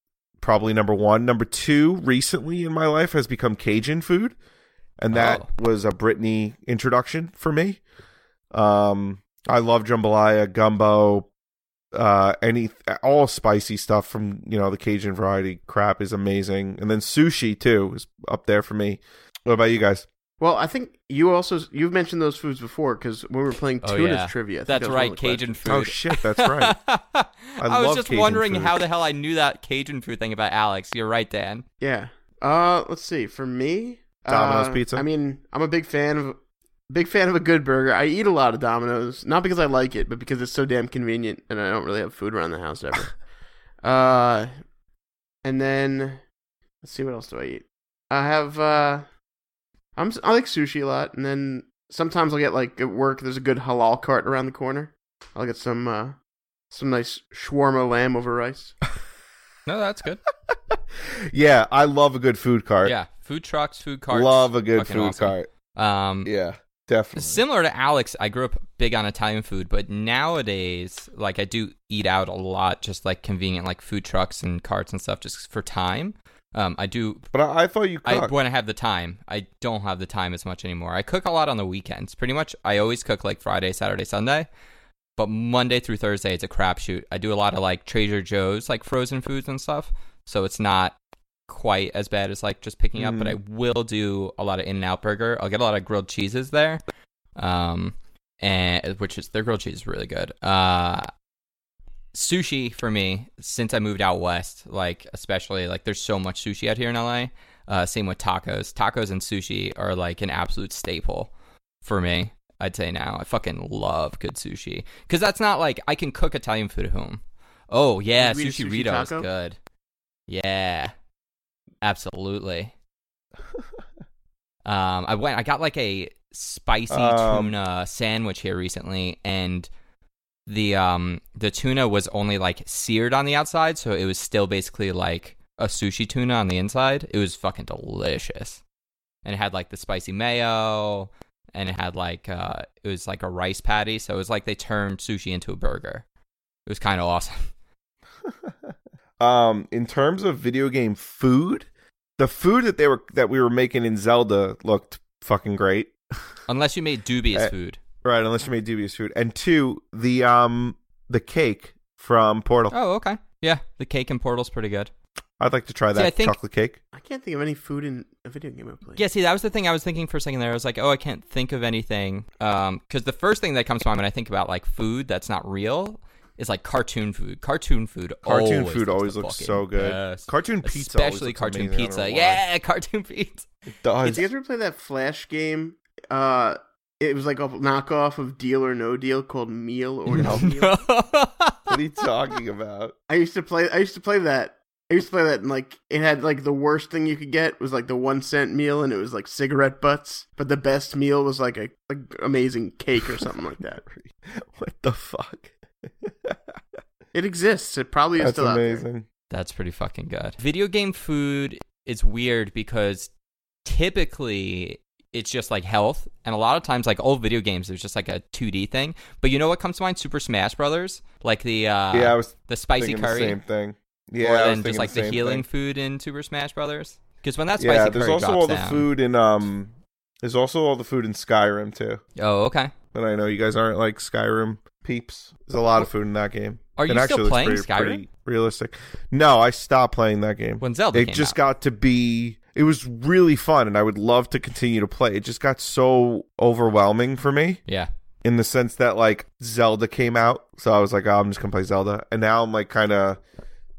Speaker 2: probably number one. Number two, recently in my life, has become Cajun food, and that
Speaker 1: Oh.
Speaker 2: was a Brittany introduction for me. Um, I love jambalaya, gumbo, uh, any all spicy stuff from you know the Cajun variety crap is amazing, and then sushi too is up there for me. What about you guys?
Speaker 3: Well, I think you also you've mentioned those foods before because when we were playing
Speaker 1: Oh,
Speaker 3: Tuna's
Speaker 1: yeah.
Speaker 3: trivia, I think that
Speaker 1: That's
Speaker 3: was one of
Speaker 1: right,
Speaker 3: the questions.
Speaker 1: Cajun food.
Speaker 2: Oh
Speaker 1: [laughs]
Speaker 2: shit, that's right.
Speaker 1: I, was
Speaker 2: love
Speaker 1: just
Speaker 2: Cajun
Speaker 1: wondering
Speaker 2: food.
Speaker 1: how the hell I knew that Cajun food thing about Alex. You're right, Dan.
Speaker 3: Yeah. Uh, let's see. For me,
Speaker 2: Domino's
Speaker 3: uh,
Speaker 2: pizza?
Speaker 3: I mean, I'm a big fan of big fan of a good burger. I eat a lot of Domino's, not because I like it, but because it's so damn convenient, and I don't really have food around the
Speaker 2: [laughs]
Speaker 3: house ever. uh, and then let's see what else do I eat. I have uh, I'm s- I like sushi a lot, and then sometimes I'll get like at work. There's a good halal cart around the corner. I'll get some uh, some nice shawarma lamb over
Speaker 2: [laughs]
Speaker 3: rice.
Speaker 1: No, that's good.
Speaker 2: Yeah, I love a good food cart.
Speaker 1: Yeah, food trucks, food carts.
Speaker 2: love a good
Speaker 1: fucking
Speaker 2: food
Speaker 1: awesome.
Speaker 2: cart.
Speaker 1: Um,
Speaker 2: Yeah, definitely.
Speaker 1: Similar to Alex, I grew up big on Italian food, but nowadays, like I do eat out a lot, just like convenient, like food trucks and carts and stuff, just for time. Um, I do.
Speaker 2: But I, I thought you
Speaker 1: I
Speaker 2: cooked.
Speaker 1: when I have the time. I don't have the time as much anymore. I cook a lot on the weekends. Pretty much, I always cook like Friday, Saturday, Sunday. But Monday through Thursday, it's a crapshoot. I do a lot of like Trader Joe's, like frozen foods and stuff. So it's not quite as bad as like just picking up. But I will do a lot of In and Out Burger. I'll get a lot of grilled cheeses there. Um, and which is their grilled cheese is really good. Uh, sushi for me since I moved out west, like especially like there's so much sushi out here in LA. Uh, same with tacos. Tacos and sushi are like an absolute staple for me. I'd say now I fucking love good sushi because that's not like I can cook Italian food at home. Oh yeah,
Speaker 3: You eat a
Speaker 1: sushi,
Speaker 3: sushi
Speaker 1: Rito
Speaker 3: taco?
Speaker 1: is good. Yeah, absolutely.
Speaker 2: [laughs]
Speaker 1: Um, I went. I got like a spicy
Speaker 2: Um,
Speaker 1: tuna sandwich here recently, and the um the tuna was only like seared on the outside, so it was still basically like a sushi tuna on the inside. It was fucking delicious, and it had like the spicy mayo, and it had like uh it was like a rice patty, so it was like they turned sushi into a burger. It was kind of awesome. [laughs]
Speaker 2: um, in terms of video game food, the food that they were that we were making in Zelda looked fucking great.
Speaker 1: Unless you made dubious
Speaker 2: Uh,
Speaker 1: food.
Speaker 2: Right, unless you made dubious food. And two, the um the cake from Portal.
Speaker 1: Oh, okay. Yeah, the cake and portal's pretty good.
Speaker 2: I'd like to try
Speaker 1: See,
Speaker 2: that
Speaker 1: I think-
Speaker 2: chocolate cake.
Speaker 3: I can't think of any food in a video game I've played.
Speaker 1: Yeah, see, that was the thing I was thinking for a second there. I was like, oh, I can't think of anything. Because the first thing that comes to mind when I think about like food that's not real is like cartoon food. Cartoon food.
Speaker 2: Cartoon
Speaker 1: always
Speaker 2: food
Speaker 1: the
Speaker 2: always looks
Speaker 1: fucking
Speaker 2: so good.
Speaker 1: best.
Speaker 2: Cartoon pizza, always
Speaker 1: especially
Speaker 2: looks
Speaker 1: cartoon
Speaker 2: amazing. I don't know
Speaker 1: pizza.
Speaker 2: why.
Speaker 1: Yeah, [laughs] cartoon pizza.
Speaker 2: [laughs] It does.
Speaker 3: Did you guys ever play that Flash game? Uh, it was like a knockoff of Deal or No Deal called Meal or No
Speaker 2: [laughs]
Speaker 3: Deal.
Speaker 2: what are you talking about?
Speaker 3: I used to play. I used to play that. I used to play that, and like it had like the worst thing you could get was like the one cent meal, and it was like cigarette butts. But the best meal was like a like amazing cake or something like that.
Speaker 2: [laughs] What the fuck?
Speaker 3: It exists. It probably is
Speaker 2: That's
Speaker 3: still out there.
Speaker 2: amazing.
Speaker 1: [laughs] That's pretty fucking good. Video game food is weird because typically it's just like health, and a lot of times like old video games, there's just like a 2D thing. But you know what comes to mind? Super Smash Brothers, like the uh,
Speaker 2: yeah, I was
Speaker 1: the spicy
Speaker 2: thinking
Speaker 1: curry,
Speaker 2: the same thing.
Speaker 1: or
Speaker 2: Yeah, I was
Speaker 1: then just
Speaker 2: thinking
Speaker 1: like the,
Speaker 2: same
Speaker 1: healing
Speaker 2: thing.
Speaker 1: food in Super Smash Brothers. Because when that spicy
Speaker 2: Yeah, there's
Speaker 1: curry
Speaker 2: also
Speaker 1: drops
Speaker 2: all the
Speaker 1: down,
Speaker 2: food in um. There's also all the food in Skyrim too.
Speaker 1: oh okay.
Speaker 2: But I know you guys aren't like Skyrim peeps. There's a lot of food in that game.
Speaker 1: Are
Speaker 2: It
Speaker 1: you still
Speaker 2: actually looks
Speaker 1: playing
Speaker 2: pretty-
Speaker 1: Skyrim?
Speaker 2: pretty realistic. No, I stopped playing that game.
Speaker 1: When Zelda
Speaker 2: it
Speaker 1: came
Speaker 2: just
Speaker 1: out.
Speaker 2: got to be it was really fun and I would love to continue to play. It just got so overwhelming for me
Speaker 1: Yeah,
Speaker 2: in the sense that like Zelda came out, so I was like, oh, I'm just gonna play Zelda. And now I'm like kind of,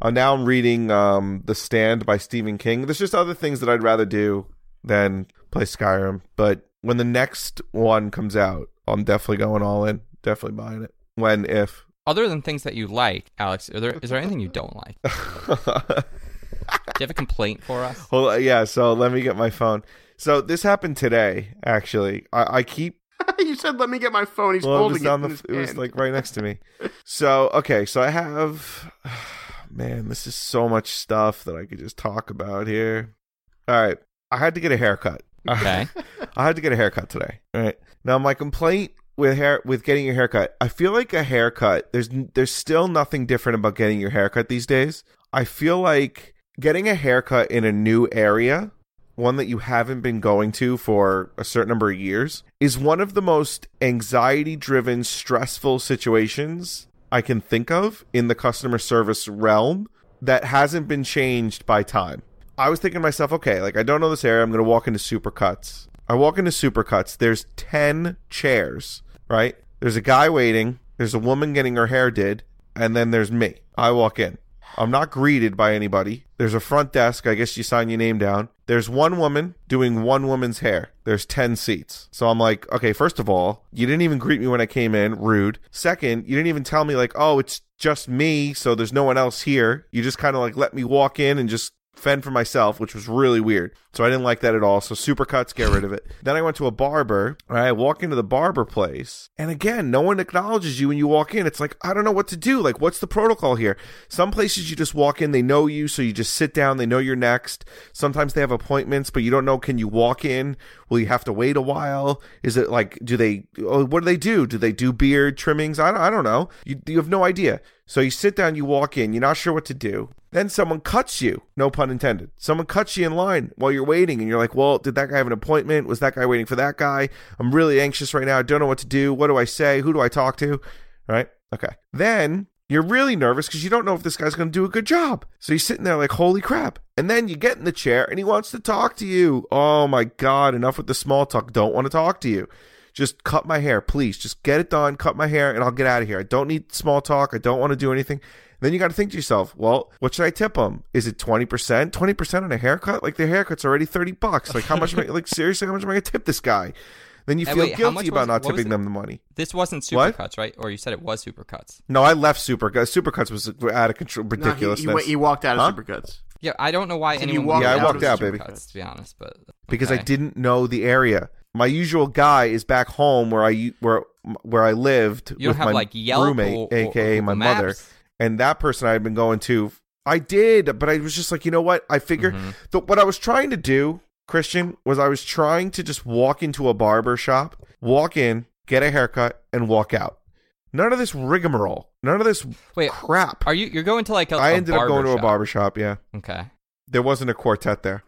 Speaker 2: uh, now I'm reading um The Stand by Stephen King. There's just other things that I'd rather do than play Skyrim. But when the next one comes out, I'm definitely going all in. Definitely buying it. When if [laughs]
Speaker 1: other than things that you like, Alex, are there, is there anything you don't like? Do you have a complaint for
Speaker 2: [laughs]
Speaker 1: us?
Speaker 2: Hold on, yeah, so let me get my phone. So this happened today, actually. I, I keep
Speaker 3: [laughs] you said, "Let me get my phone." He's
Speaker 2: Well, it
Speaker 3: holding
Speaker 2: was
Speaker 3: it.
Speaker 2: on
Speaker 3: in
Speaker 2: the.
Speaker 3: his
Speaker 2: It was
Speaker 3: hand.
Speaker 2: like right next to me. So okay, so I have, [sighs] man, this is so much stuff that I could just talk about here. All right, I had to get a haircut. [laughs]
Speaker 1: Okay.
Speaker 2: I had to get a haircut today. All right. Now my complaint with hair with getting your haircut, I feel like a haircut. There's n- there's still nothing different about getting your haircut these days. I feel like getting a haircut in a new area, one that you haven't been going to for a certain number of years, is one of the most anxiety-driven, stressful situations I can think of in the customer service realm that hasn't been changed by time. I was thinking to myself, okay, like I don't know this area. I'm going to walk into Supercuts. I walk into Supercuts. There's 10 chairs, right? There's a guy waiting. There's a woman getting her hair did. And then there's me. I walk in. I'm not greeted by anybody. There's a front desk. I guess you sign your name down. There's one woman doing one woman's hair. There's 10 seats. So I'm like, okay, first of all, you didn't even greet me when I came in. Rude. Second, you didn't even tell me, like, oh, it's just me. So there's no one else here. You just kind of like let me walk in and just fend for myself, which was really weird. So I didn't like that at all. So supercuts, get rid of it. Then I went to a barber. and I walk into the barber place, and again, no one acknowledges you when you walk in. It's like I don't know what to do. Like, what's the protocol here? Some places you just walk in, they know you, so you just sit down. They know you're next. Sometimes they have appointments, but you don't know. Can you walk in? Will you have to wait a while? Is it like do they? oh, What do they do? Do they do beard trimmings? I don't, I don't know. You you have no idea. So you sit down, you walk in, you're not sure what to do. Then someone cuts you, no pun intended. Someone cuts you in line while you're waiting, and you're like, well, did that guy have an appointment? Was that guy waiting for that guy? I'm really anxious right now. I don't know what to do. What do I say? Who do I talk to? Right? Okay. Then you're really nervous because you don't know if this guy's going to do a good job. So you're sitting there like, holy crap. And then you get in the chair and he wants to talk to you. Oh my God, enough with the small talk. Don't want to talk to you. Just cut my hair, please. Just get it done, cut my hair, and I'll get out of here. I don't need small talk. I don't want to do anything. Then you got to think to yourself, well, what should I tip him? Is it 20%? 20% on a haircut? Like, the haircut's already 30 bucks. Like, how much am I,
Speaker 1: [laughs]
Speaker 2: like, seriously, how much am I going to tip this guy? Then you
Speaker 1: Hey,
Speaker 2: feel
Speaker 1: wait, how much was-
Speaker 2: guilty about not
Speaker 1: what was
Speaker 2: tipping
Speaker 1: it?
Speaker 2: them the money.
Speaker 1: This wasn't
Speaker 2: What?
Speaker 1: Supercuts, right? Or you said it was Supercuts.
Speaker 2: No, I left Super uh, Supercuts was out of control,
Speaker 3: No, he,
Speaker 2: ridiculousness.
Speaker 3: he, wa- he walked out
Speaker 2: Huh?
Speaker 3: of Supercuts.
Speaker 1: Yeah, I don't know why
Speaker 3: So you
Speaker 1: anyone. would
Speaker 3: walked
Speaker 1: go
Speaker 2: Yeah, I
Speaker 1: to
Speaker 2: walked out,
Speaker 1: Supercuts,
Speaker 2: baby.
Speaker 1: To be honest, but
Speaker 2: because I
Speaker 1: okay.
Speaker 2: didn't know the area. My usual guy is back home where I where where I lived
Speaker 1: You don't
Speaker 2: with
Speaker 1: have
Speaker 2: my
Speaker 1: like Yelp
Speaker 2: roommate,
Speaker 1: or, or-
Speaker 2: aka
Speaker 1: or
Speaker 2: my
Speaker 1: Google
Speaker 2: mother,
Speaker 1: Maps?
Speaker 2: and that person I had been going to. I did, but I was just like, you know what? I figure
Speaker 1: Mhm.
Speaker 2: the, what I was trying to do, Christian, was I was trying to just walk into a barber shop, walk in, get a haircut, and walk out. None of this rigmarole. None of this
Speaker 1: Wait,
Speaker 2: crap.
Speaker 1: are you? You're going to like a
Speaker 2: I
Speaker 1: a
Speaker 2: ended up going to a
Speaker 1: barbershop.
Speaker 2: barber shop. Yeah
Speaker 1: Okay.
Speaker 2: there wasn't a quartet there.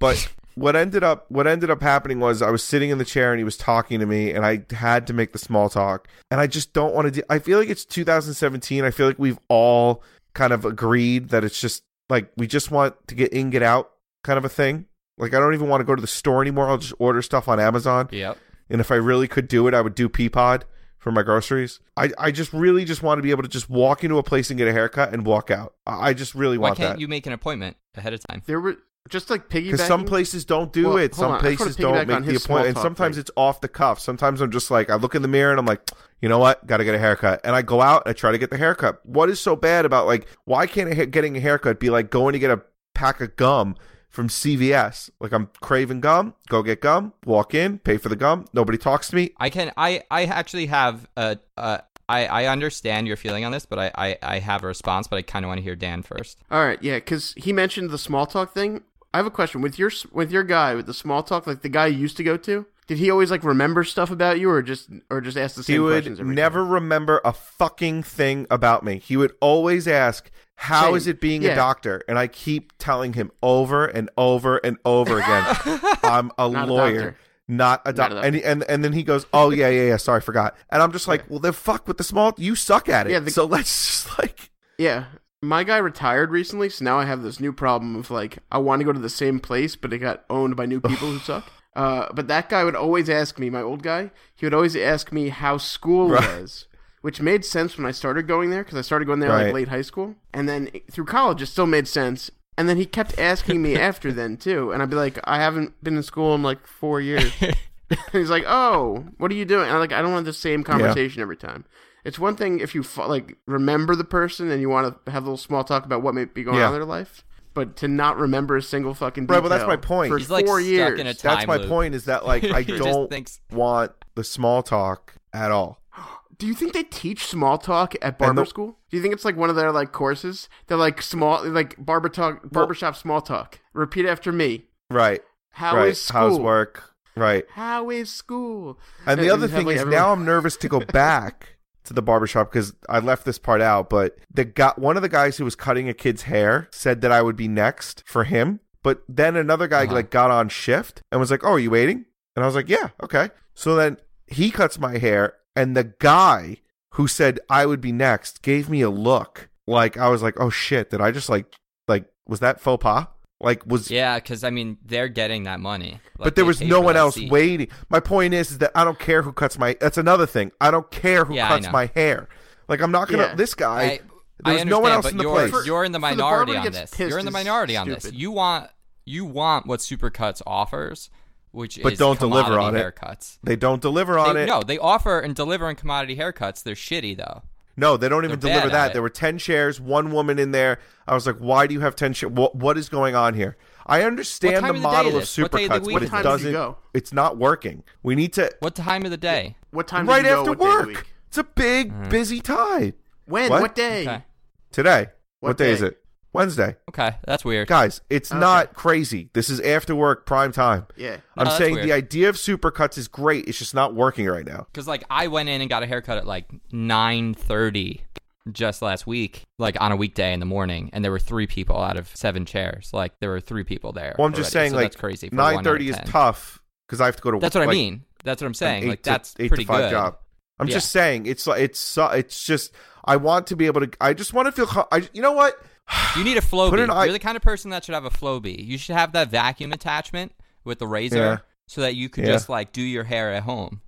Speaker 2: But
Speaker 1: [laughs]
Speaker 2: what ended up what ended up happening was I was sitting in the chair and he was talking to me and I had to make the small talk. And I just don't want to do I feel like it's 2017. I feel like we've all kind of agreed that it's just like we just want to get in get out kind of a thing. Like I don't even want to go to the store anymore. I'll just order stuff on Amazon.
Speaker 1: Yep.
Speaker 2: And if I really could do it, I would do Peapod for my groceries. I, I just really just want to be able to just walk into a place and get a haircut and walk out. I I just really
Speaker 1: Why
Speaker 2: want
Speaker 1: can't
Speaker 2: that.
Speaker 1: you make an appointment ahead of time?
Speaker 3: There were just like piggybacking.
Speaker 2: Because some places don't do
Speaker 3: Well,
Speaker 2: it.
Speaker 3: hold
Speaker 2: Some
Speaker 3: on. I just wanna
Speaker 2: places don't
Speaker 3: piggyback
Speaker 2: make
Speaker 3: on
Speaker 2: the
Speaker 3: his small
Speaker 2: appointment. And
Speaker 3: talk
Speaker 2: sometimes
Speaker 3: thing.
Speaker 2: it's off the cuff. Sometimes I'm just like, I look in the mirror and I'm like, you know what? Got to get a haircut. And I go out. I try to get the haircut. What is so bad about like? Why can't a ha- getting a haircut be like going to get a pack of gum from CVS? Like I'm craving gum. Go get gum. Walk in. Pay for the gum. Nobody talks to me.
Speaker 1: I can. I. I actually have a. a I, I understand your feeling on this, but I, I, I have a response, but I kind of want to hear Dan first.
Speaker 3: All right, yeah, because he mentioned the small talk thing. I have a question with your s- with your guy with the small talk, like the guy you used to go to. Did he always like remember stuff about you, or just or just ask the same
Speaker 2: he
Speaker 3: questions?
Speaker 2: would
Speaker 3: every
Speaker 2: never
Speaker 3: time?
Speaker 2: remember a fucking thing about me. He would always ask, "How is
Speaker 3: Same.
Speaker 2: it being a
Speaker 3: Yeah.
Speaker 2: doctor?" And I keep telling him over and over and over
Speaker 3: [laughs]
Speaker 2: again, "I'm a
Speaker 3: Not a
Speaker 2: lawyer."
Speaker 3: doctor.
Speaker 2: not a, doc-
Speaker 3: doctor.
Speaker 2: and, he- and and then he goes, "Oh yeah, yeah, yeah. Sorry, I forgot." And I'm just like, "Well, then fuck with the small. You suck at it.
Speaker 3: Yeah, the-
Speaker 2: so let's just like
Speaker 3: Yeah, my guy retired recently, so now I have this new problem of like I want to go to the same place, but it got owned by new people who suck. Uh, but that guy would always ask me, my old guy, he would always ask me how school
Speaker 2: Right.
Speaker 3: was, which made sense when I started going there because I started going there
Speaker 2: Right.
Speaker 3: like late high school, and then through college it still made sense. And then he kept
Speaker 2: [laughs]
Speaker 3: asking me after then too, and I'd be like, I haven't been in school in like four years. And he's like, "Oh, what are you doing?" And I'm like, "I don't want the same conversation every time." It's one thing if you fo- like remember the person and you want to have a little small talk about what may be going
Speaker 2: Yeah.
Speaker 3: on in their life, but to not remember a single fucking
Speaker 2: Right, well, that's
Speaker 3: detail
Speaker 2: my point.
Speaker 3: For
Speaker 2: He's,
Speaker 1: like,
Speaker 3: four
Speaker 1: stuck
Speaker 3: years,
Speaker 1: in a t-
Speaker 2: that's
Speaker 1: Time
Speaker 2: my
Speaker 1: loop.
Speaker 2: point. Is
Speaker 1: [laughs]
Speaker 2: that like I
Speaker 1: He just
Speaker 2: don't
Speaker 1: thinks-
Speaker 2: want the small talk at all."
Speaker 3: do you think they teach small talk at
Speaker 2: And
Speaker 3: barber
Speaker 2: the-
Speaker 3: school? Do you think it's like one of their like courses? They're like small, like barber talk, barbershop small talk. Repeat after me.
Speaker 2: Right.
Speaker 3: How is
Speaker 2: right.
Speaker 3: school?
Speaker 2: How's work? Right.
Speaker 3: How is school?
Speaker 2: And the other
Speaker 3: you have,
Speaker 2: thing
Speaker 3: like,
Speaker 2: is
Speaker 3: everyone-
Speaker 2: now I'm nervous
Speaker 3: [laughs]
Speaker 2: to go back to the barbershop because I left this part out, but the guy, one of the guys who was cutting a kid's hair said that I would be next for him. But then another guy
Speaker 1: Uh-huh.
Speaker 2: like got on shift and was like, Oh, are you waiting? And I was like, Yeah, okay. So then he cuts my hair and the guy who said I would be next gave me a look. Like I was like, Oh shit, did I just like like was that faux pas? Like was
Speaker 1: Yeah, because I mean they're getting that money, Like,
Speaker 2: but there
Speaker 1: they
Speaker 2: was
Speaker 1: pay
Speaker 2: no
Speaker 1: for
Speaker 2: one
Speaker 1: that
Speaker 2: else
Speaker 1: seat.
Speaker 2: waiting. My point is, is that I don't care who cuts my. That's another thing. I don't care who
Speaker 1: Yeah, I
Speaker 2: cuts
Speaker 1: know.
Speaker 2: my hair. Like I'm not gonna.
Speaker 3: Yeah.
Speaker 2: This guy.
Speaker 1: I, I
Speaker 2: there was no one
Speaker 1: understand,
Speaker 2: else
Speaker 1: but
Speaker 2: in the
Speaker 1: you're,
Speaker 2: place.
Speaker 1: You're in the
Speaker 3: For the
Speaker 1: minority
Speaker 3: barber
Speaker 1: on
Speaker 3: gets
Speaker 1: this.
Speaker 3: pissed
Speaker 1: You're in the
Speaker 3: is
Speaker 1: minority on this.
Speaker 3: stupid.
Speaker 1: You want you want what Supercuts offers, which
Speaker 2: But
Speaker 1: is
Speaker 2: don't deliver
Speaker 1: commodity
Speaker 2: on it.
Speaker 1: haircuts.
Speaker 2: they don't deliver on
Speaker 1: They-
Speaker 2: it. No,
Speaker 1: No, they offer and deliver in commodity haircuts. They're shitty though.
Speaker 2: they don't even
Speaker 1: They're bad
Speaker 2: deliver
Speaker 1: at
Speaker 2: that.
Speaker 1: it.
Speaker 2: There were ten chairs, one woman in there. I was like, why do you have ten chairs? What, what is going on here? I
Speaker 1: time
Speaker 2: understand the
Speaker 1: of the day
Speaker 2: model
Speaker 1: is
Speaker 2: of
Speaker 1: this? What day of the
Speaker 2: supercuts,
Speaker 1: week
Speaker 2: but
Speaker 1: is
Speaker 2: it
Speaker 1: this?
Speaker 3: What time did
Speaker 2: doesn't.
Speaker 3: you go?
Speaker 2: It's not working. We need to
Speaker 1: What time of the day?
Speaker 3: What time?
Speaker 2: right
Speaker 3: did you go?
Speaker 2: after
Speaker 3: What day of the
Speaker 2: work.
Speaker 3: week?
Speaker 2: It's a big,
Speaker 1: Mm.
Speaker 2: busy time
Speaker 3: When?
Speaker 2: What?
Speaker 3: What, day?
Speaker 1: Okay.
Speaker 2: today. What,
Speaker 3: What
Speaker 2: day, is
Speaker 3: day?
Speaker 2: it? Wednesday.
Speaker 1: Okay, that's weird.
Speaker 2: Guys, it's not crazy. This is after work, prime time.
Speaker 3: Yeah.
Speaker 1: No,
Speaker 2: I'm
Speaker 1: that's
Speaker 2: saying
Speaker 1: weird.
Speaker 2: the idea of supercuts is great. It's just not working right now.
Speaker 1: Because like I went in and got a haircut at like nine thirty, just last week, like on a weekday in the morning, and there were three people out of seven chairs. Like there were three people there.
Speaker 2: Well, I'm just
Speaker 1: already,
Speaker 2: saying,
Speaker 1: so
Speaker 2: like
Speaker 1: that's crazy. for one out
Speaker 2: Nine
Speaker 1: of
Speaker 2: thirty is
Speaker 1: 10.
Speaker 2: tough because I have to go to.
Speaker 1: That's what I
Speaker 2: like,
Speaker 1: mean. That's what I'm
Speaker 2: an
Speaker 1: saying.
Speaker 2: eight
Speaker 1: Like
Speaker 2: to-
Speaker 1: that's
Speaker 2: eight
Speaker 1: pretty
Speaker 2: to five
Speaker 1: good.
Speaker 2: job. I'm
Speaker 1: Yeah.
Speaker 2: just saying it's like it's so- it's just I want to be able to. I just want to feel. co- I you know what?
Speaker 1: You need a flow
Speaker 2: [sighs] Put
Speaker 1: bee.
Speaker 2: an eye-
Speaker 1: You're the kind of person that should have a flow bee. You should have that vacuum attachment with the razor
Speaker 2: Yeah.
Speaker 1: so that you could
Speaker 2: Yeah.
Speaker 1: just like do your hair at home.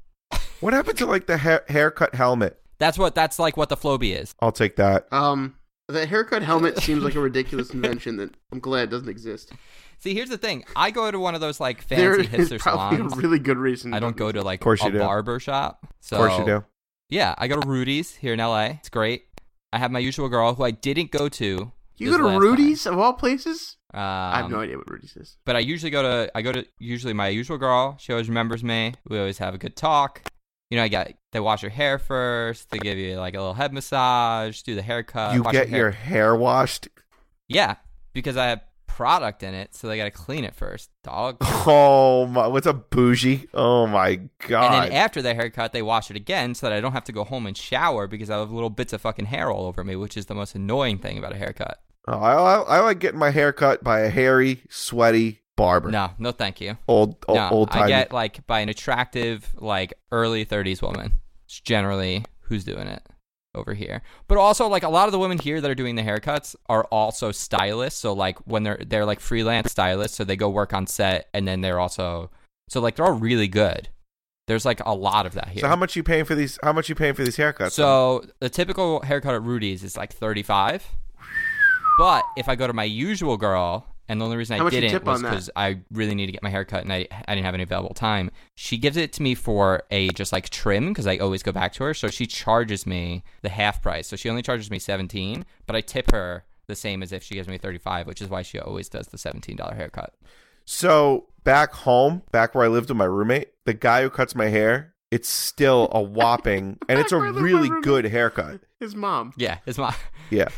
Speaker 2: What happened to like the hair, haircut helmet?
Speaker 1: That's what that's like what the flow bee is.
Speaker 2: I'll take that.
Speaker 3: Um, the haircut helmet seems like a ridiculous invention that I'm glad doesn't exist.
Speaker 1: See, here's the thing. I go to one of those like
Speaker 3: there
Speaker 1: [laughs] fancy
Speaker 3: is
Speaker 1: hipster
Speaker 3: probably
Speaker 1: salons.
Speaker 3: a really good reason.
Speaker 1: I don't go to like
Speaker 2: course
Speaker 1: a
Speaker 2: you do.
Speaker 1: barber shop. So
Speaker 2: Of course you do.
Speaker 1: Yeah, I go to Rudy's here in LA. It's great. I have my usual girl who I didn't go to.
Speaker 3: You
Speaker 1: this
Speaker 3: go to
Speaker 1: last
Speaker 3: Rudy's of all places?
Speaker 1: time.
Speaker 3: I have
Speaker 1: Um,
Speaker 3: no idea what Rudy's is.
Speaker 1: But I usually go to I go to usually my usual girl. She always remembers me. We always have a good talk. You know, I got they wash your hair first. They give you like a little head massage, do the haircut.
Speaker 2: you
Speaker 1: wash
Speaker 2: get your
Speaker 1: uh, hair.
Speaker 2: hair washed. [laughs]
Speaker 1: yeah because I have product in it, so they got to clean it first,
Speaker 2: [laughs]
Speaker 1: dog.
Speaker 2: Oh my! What's a bougie? Oh my
Speaker 1: And
Speaker 2: god!
Speaker 1: then after the haircut, they wash it again so that I don't have to go home and shower because I have little bits of fucking hair all over me, which is the most annoying thing about a haircut.
Speaker 2: oh, I, I, I like getting my hair cut by a hairy, sweaty barber.
Speaker 1: No, no, thank you.
Speaker 2: Old old,
Speaker 1: no,
Speaker 2: old
Speaker 1: I
Speaker 2: timey.
Speaker 1: get like by an attractive, like early 30s woman. It's generally who's doing it over here. But also, like a lot of the women here that are doing the haircuts are also stylists. So like when they're they're like freelance stylists, so they go work on set, and then they're also so like they're all really good. There's like a lot of that here.
Speaker 2: So how much you paying for these? How much you paying for these haircuts?
Speaker 1: So the typical haircut at Rudy's is like 35. But if I go to my usual girl, and the only reason I
Speaker 3: How much you
Speaker 1: didn't
Speaker 3: tip
Speaker 1: was
Speaker 3: on that?
Speaker 1: because I really need to get my haircut and I, I didn't have any available time. She gives it to me for a just like trim because I always go back to her. So she charges me the half price. So she only charges me 17, but I tip her the same as if she gives me 35, which is why she always does the $17 haircut.
Speaker 2: So back home, back where I lived with my roommate, the guy who cuts my hair, it's still a
Speaker 1: [laughs]
Speaker 2: whopping, and it's a
Speaker 3: Back where I lived with my
Speaker 2: really
Speaker 3: roommate.
Speaker 2: good haircut.
Speaker 3: His mom.
Speaker 1: Yeah, it's my [laughs]
Speaker 2: Yeah,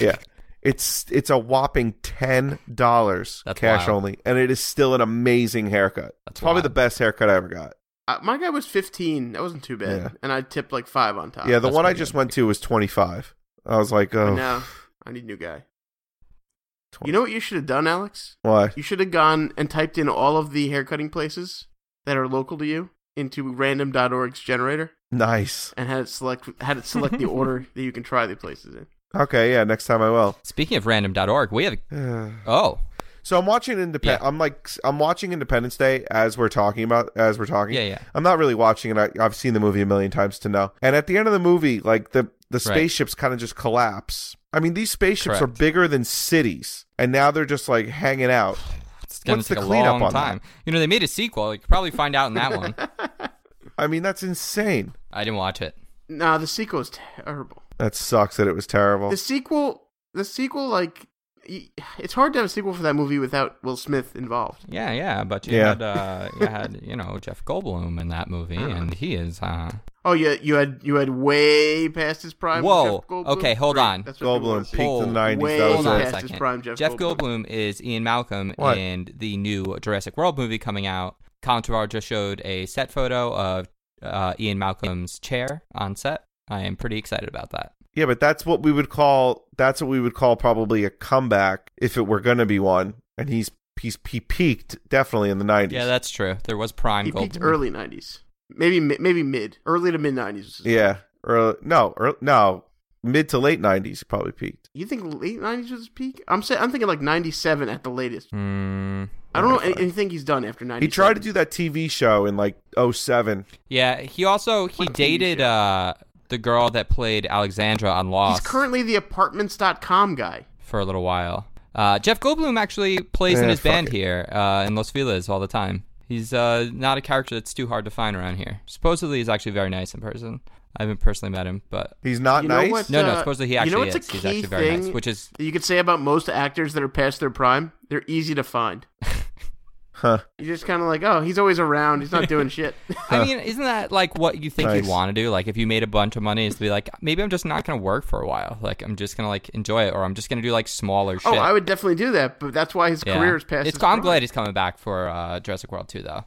Speaker 2: yeah. It's it's a whopping ten dollars
Speaker 1: That's
Speaker 2: cash
Speaker 1: wild.
Speaker 2: only, and it is still an amazing haircut.
Speaker 1: That's
Speaker 2: It's probably
Speaker 1: wild.
Speaker 2: the best haircut I ever got.
Speaker 3: Uh, my guy was 15. That wasn't too bad.
Speaker 2: Yeah.
Speaker 3: And I tipped like five on top.
Speaker 2: yeah, the
Speaker 1: Ah, that's
Speaker 2: one I
Speaker 1: pretty
Speaker 2: just
Speaker 1: good.
Speaker 2: went to was twenty five. I was like,
Speaker 3: But
Speaker 2: oh,
Speaker 3: now I need a new guy.
Speaker 2: 20.
Speaker 3: You know what you should have done, Alex?
Speaker 2: what?
Speaker 3: You should have gone and typed in all of the hair cutting places that are local to you into random.org's generator
Speaker 2: Nice.
Speaker 3: and had it select had it select
Speaker 1: [laughs]
Speaker 3: the order that you can try the places in.
Speaker 2: Okay, yeah. Next time I will.
Speaker 1: Speaking of random.org, we have
Speaker 2: Uh,
Speaker 1: Oh,
Speaker 2: So I'm watching Independence.
Speaker 1: Yeah.
Speaker 2: I'm like I'm watching Independence Day as we're talking about as we're talking.
Speaker 1: yeah, yeah.
Speaker 2: I'm not really watching it. I, I've seen the movie a million times to know. And at the end of the movie, like the the
Speaker 1: Right.
Speaker 2: spaceships kind of just collapse. I mean, these spaceships are
Speaker 1: Correct.
Speaker 2: bigger than cities, and now they're just like hanging out.
Speaker 1: It's gonna
Speaker 2: What's the
Speaker 1: take a
Speaker 2: cleanup
Speaker 1: long
Speaker 2: on that?
Speaker 1: time. You know, they made a sequel. You could probably find out in that one.
Speaker 2: I mean, that's insane.
Speaker 1: I didn't watch it.
Speaker 3: Nah, the sequel is terrible.
Speaker 2: That sucks that it was terrible.
Speaker 3: The sequel, the sequel, like y- it's hard to have a sequel for that movie without Will Smith involved.
Speaker 1: Yeah, yeah, but you
Speaker 2: Yeah.
Speaker 1: had uh, you had you know [laughs] Jeff Goldblum in that movie, and he is. Uh...
Speaker 3: Oh yeah, you had you had way past his prime. with
Speaker 1: Whoa.
Speaker 3: Jeff Goldblum.
Speaker 1: Okay, hold
Speaker 3: Great.
Speaker 1: on.
Speaker 3: That's what we wanna
Speaker 2: Goldblum
Speaker 3: see.
Speaker 2: peaked in the '90s.
Speaker 3: Way
Speaker 2: that was
Speaker 1: Hold on
Speaker 2: it.
Speaker 1: a
Speaker 3: past his
Speaker 1: second.
Speaker 3: prime, Jeff
Speaker 1: Goldblum.
Speaker 3: Goldblum.
Speaker 1: is Ian Malcolm
Speaker 2: What?
Speaker 1: in the new Jurassic World movie coming out. Colin Trevorrow just showed a set photo of uh, Ian Malcolm's chair on set. I am pretty excited about that.
Speaker 2: Yeah, but that's what we would call that's what we would call probably a comeback if it were going to be one. And he's he's he peaked definitely in the '90s.
Speaker 1: Yeah, that's true. There was prime
Speaker 3: He peaked
Speaker 1: Goldblum.
Speaker 3: early '90s, maybe mi- maybe mid, early to mid '90s.
Speaker 2: yeah. Early, no, early, no, mid to late '90s probably peaked.
Speaker 3: You think late '90s was his peak? I'm saying I'm thinking like '97 at the latest.
Speaker 1: Hmm.
Speaker 3: I don't know
Speaker 2: Alright, fine.
Speaker 3: anything he's done after '90.
Speaker 2: He tried to do that TV show in like 07.
Speaker 1: Yeah, he also he
Speaker 3: What a TV
Speaker 1: dated
Speaker 3: show.
Speaker 1: uh, the girl that played Alexandra on
Speaker 3: He's
Speaker 1: Lost.
Speaker 3: currently the Apartments.com guy.
Speaker 1: for a little while. Uh, Jeff Goldblum actually plays in
Speaker 2: Eh,
Speaker 1: his
Speaker 2: fuck
Speaker 1: band
Speaker 2: it.
Speaker 1: here uh, in Los Feliz all the time. He's uh, not a character that's too hard to find around here. Supposedly, he's actually very nice in person. I haven't personally met him, but
Speaker 2: He's not
Speaker 3: You know
Speaker 2: nice.
Speaker 3: what?
Speaker 1: no, no.
Speaker 3: Uh,
Speaker 1: Supposedly, he
Speaker 3: you
Speaker 1: actually
Speaker 3: know what's a
Speaker 1: is. He's
Speaker 3: key
Speaker 1: actually very nice,
Speaker 3: thing?
Speaker 1: which is
Speaker 3: that you could say about most actors that are past their prime, they're easy to find.
Speaker 2: [laughs] Huh.
Speaker 3: You're just kind of like, oh, he's always around. He's not
Speaker 2: [laughs]
Speaker 3: doing shit.
Speaker 1: I mean, isn't that like what you think
Speaker 2: Nice.
Speaker 1: you'd want to do? Like, if you made a bunch of money, is to be like, maybe I'm just not gonna work for a while. Like, I'm just gonna like enjoy it, or I'm just gonna do like smaller shit.
Speaker 3: Oh, I would definitely do that, but that's why his
Speaker 1: Yeah.
Speaker 3: career is past.
Speaker 1: It's,
Speaker 3: his
Speaker 1: I'm
Speaker 3: prime.
Speaker 1: glad he's coming back for uh, Jurassic World 2, though.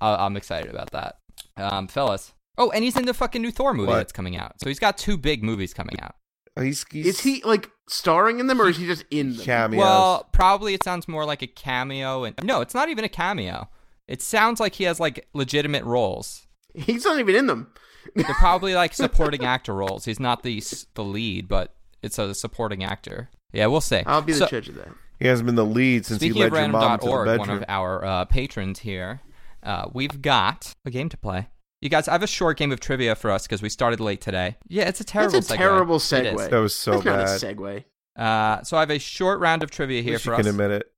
Speaker 1: I, I'm excited about that. Um, fellas. Oh, and he's in the fucking new Thor movie
Speaker 2: What?
Speaker 1: that's coming out. So he's got two big movies coming out.
Speaker 2: He's, he's
Speaker 3: Is he like starring in them or is he just in them?
Speaker 2: cameos.
Speaker 1: Well, probably it sounds more like a cameo. And no, it's not even a cameo. It sounds like he has like legitimate roles.
Speaker 3: [laughs] He's not even in them. [laughs]
Speaker 1: They're probably like supporting actor roles. He's not the s- the lead, but it's a supporting actor. Yeah, we'll see.
Speaker 3: I'll be the
Speaker 1: So,
Speaker 3: judge of that.
Speaker 2: he hasn't been the lead since he
Speaker 1: Speaking
Speaker 2: led
Speaker 1: of
Speaker 2: your mom to the
Speaker 1: random.org, one
Speaker 2: bedroom.
Speaker 1: of our uh, patrons here, uh, we've got a game to play. You guys, I have a short game of trivia for us because we started late today. Yeah, it's a terrible
Speaker 3: That's a
Speaker 1: segue.
Speaker 3: terrible
Speaker 1: It is.
Speaker 3: segue.
Speaker 2: that was so
Speaker 3: That's not
Speaker 2: bad.
Speaker 3: a segue.
Speaker 1: Uh, so I have a short round of trivia here
Speaker 2: Wish you
Speaker 1: for
Speaker 2: can
Speaker 1: us.
Speaker 2: admit it.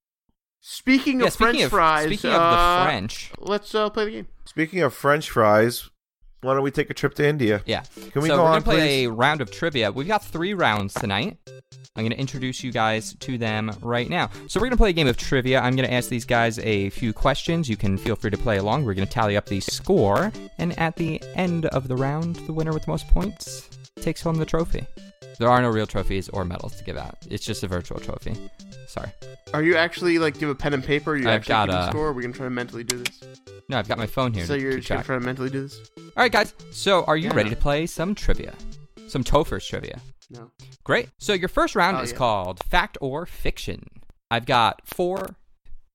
Speaker 3: Speaking
Speaker 1: yeah,
Speaker 3: of
Speaker 1: speaking
Speaker 3: French
Speaker 1: of,
Speaker 3: fries,
Speaker 1: speaking of
Speaker 3: uh,
Speaker 1: the French,
Speaker 3: let's uh, play the game.
Speaker 2: Speaking of French fries, why don't we take a trip to India?
Speaker 1: Yeah.
Speaker 2: Can we
Speaker 1: so
Speaker 2: go
Speaker 1: we're
Speaker 2: on,
Speaker 1: gonna play
Speaker 2: please?
Speaker 1: a round of trivia. We've got three rounds tonight. I'm gonna introduce you guys to them right now. So we're gonna play a game of trivia. I'm gonna ask these guys a few questions. You can feel free to play along. We're gonna tally up the score, and at the end of the round, the winner with the most points takes home the trophy. There are no real trophies or medals to give out. It's just a virtual trophy. Sorry.
Speaker 3: Are you actually like do you have a pen and paper? Are you
Speaker 1: I've
Speaker 3: actually
Speaker 1: got
Speaker 3: keeping
Speaker 1: a-
Speaker 3: score? We're gonna try to mentally do this.
Speaker 1: No, I've got my phone here.
Speaker 3: So
Speaker 1: to
Speaker 3: you're
Speaker 1: keep
Speaker 3: just gonna
Speaker 1: track.
Speaker 3: try to mentally do this?
Speaker 1: All right, guys. So are you
Speaker 3: Yeah.
Speaker 1: ready to play some trivia? Some Topher's trivia.
Speaker 3: No.
Speaker 1: Great. So your first round
Speaker 3: Oh,
Speaker 1: is
Speaker 3: yeah.
Speaker 1: called Fact or Fiction. I've got four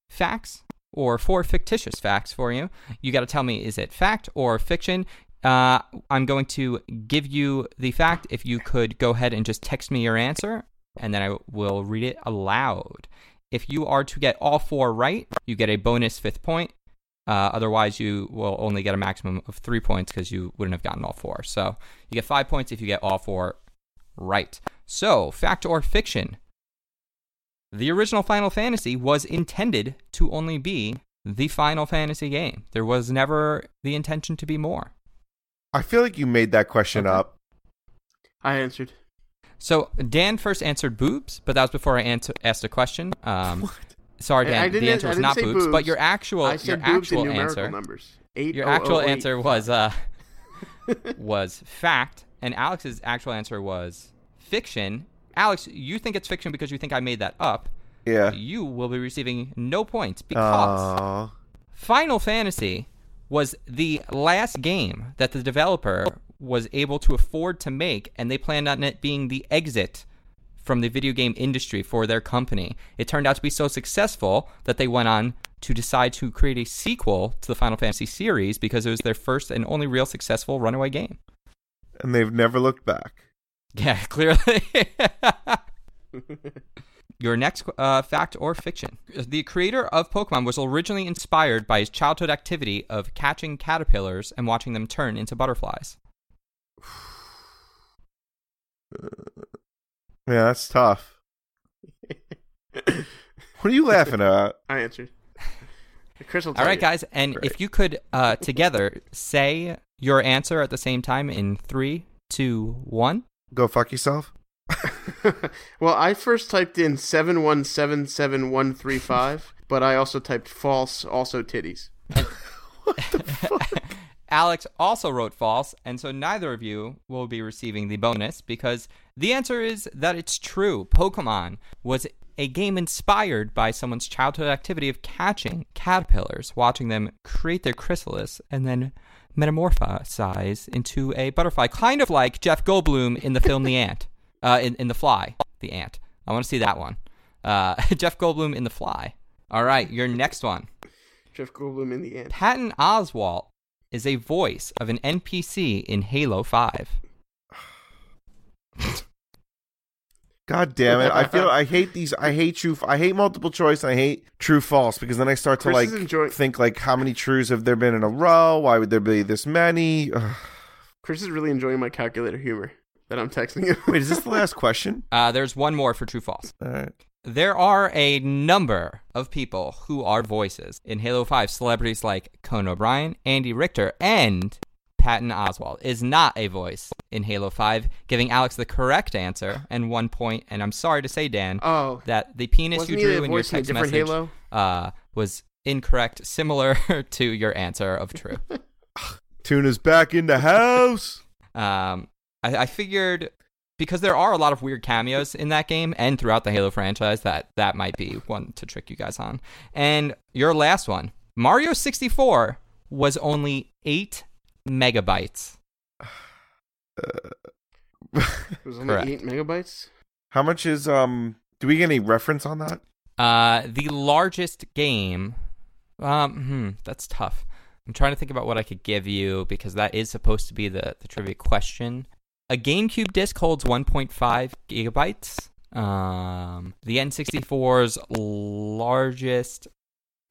Speaker 1: facts or four fictitious facts for you. You got to tell me is it fact or fiction? Uh, I'm going to give you the fact. If you could go ahead and just text me your answer, and then I will read it aloud. If you are to get all four right, you get a bonus fifth point. Uh, otherwise, you will only get a maximum of three points because you wouldn't have gotten all four. So you get five points if you get all four right. So, fact or fiction? The original Final Fantasy was intended to only be the Final Fantasy game. There was never the intention to be more.
Speaker 2: I feel like you made that question
Speaker 1: Okay.
Speaker 2: up.
Speaker 3: I answered.
Speaker 1: So Dan first answered boobs, but that was before I answer, asked a question.
Speaker 3: [laughs]
Speaker 1: Um, Sorry,
Speaker 3: I-
Speaker 1: Dan.
Speaker 3: I
Speaker 1: the
Speaker 3: didn't-
Speaker 1: answer
Speaker 3: I
Speaker 1: was
Speaker 3: didn't
Speaker 1: not
Speaker 3: say
Speaker 1: boobs, but
Speaker 3: boobs.
Speaker 1: your actual
Speaker 3: I said
Speaker 1: your
Speaker 3: boobs in
Speaker 1: actual
Speaker 3: numerical
Speaker 1: answer.
Speaker 3: numbers. Eight.
Speaker 1: Your actual answer was uh, [laughs] was fact, and Alex's actual answer was fiction. Alex, you think it's fiction because you think I made that up.
Speaker 2: Yeah.
Speaker 1: You will be receiving no points because
Speaker 2: Aw.
Speaker 1: Final Fantasy was the last game that the developer was able to afford to make, and they planned on it being the exit from the video game industry for their company. It turned out to be so successful that they went on to decide to create a sequel to the Final Fantasy series because it was their first and only real successful runaway game.
Speaker 2: and they've never looked back.
Speaker 1: Yeah, [laughs] clearly.
Speaker 3: was.
Speaker 1: Your next uh, fact or fiction. The creator of Pokemon was originally inspired by his childhood activity of catching caterpillars and watching them turn into butterflies.
Speaker 2: Yeah, that's tough. What are
Speaker 1: [laughs]
Speaker 2: you laughing at?
Speaker 3: [laughs] I answered. Chris will
Speaker 1: All
Speaker 3: tell
Speaker 1: right,
Speaker 3: you.
Speaker 1: guys. And if
Speaker 2: Great.
Speaker 1: you could uh, together say your answer at the same time in three, two, one.
Speaker 2: Go fuck yourself.
Speaker 3: well, I first typed in seven one seven seven one three five, but I also typed false, also titties.
Speaker 1: [laughs] Alex also wrote false, and so neither of you will be receiving the bonus because the answer is that it's true. Pokemon was a game inspired by someone's childhood activity of catching caterpillars, watching them create their chrysalis, and then metamorphosize into a butterfly, kind of like Jeff Goldblum in the film The Ant, uh, in, in The Fly, The Ant. I want to see that one. Uh, [laughs] Jeff Goldblum in The Fly. All right, your next one.
Speaker 3: Jeff Goldblum in the end.
Speaker 1: Patton Oswalt is a voice of an NPC in Halo 5.
Speaker 2: God damn it! I [laughs] feel I hate these. I hate true. I hate multiple choice. And I hate true false because then I start to
Speaker 3: Chris
Speaker 2: like
Speaker 3: is enjoying-
Speaker 2: think like how many trues have there been in a row? Why would there be this [laughs] many? Ugh.
Speaker 3: Chris is really enjoying my calculator humor that I'm texting him.
Speaker 2: Wait, is this the last question?
Speaker 1: Uh, there's one more for true false.
Speaker 2: All right.
Speaker 1: There are a number of people who are voices in Halo 5. Celebrities like Conan O'Brien, Andy Richter, and Patton Oswald is not a voice in Halo 5, giving Alex the correct answer and one point. And I'm sorry to say, Dan,
Speaker 3: [laughs] Oh,
Speaker 1: that the penis you
Speaker 3: wasn't he
Speaker 1: drew
Speaker 3: a
Speaker 1: in your
Speaker 3: voice in a
Speaker 1: text
Speaker 3: different
Speaker 1: message
Speaker 3: Halo?
Speaker 1: uh, was incorrect, similar [laughs] to your answer of true.
Speaker 2: Tuna's back in the house. [laughs]
Speaker 1: Um, I, I figured because there are a lot of weird cameos in that game and throughout the Halo franchise that that might be one to trick you guys on. And your last one, Mario 64 was only 8 megabytes.
Speaker 3: It was only
Speaker 1: Correct.
Speaker 3: eight megabytes.
Speaker 2: How much is um? Do we get any reference on that?
Speaker 1: Uh, the largest game. Um, hmm, that's tough. I'm trying to think about what I could give you because that is supposed to be the, the trivia question. A GameCube disc holds 1.5 gigabytes. Um, the N64's largest.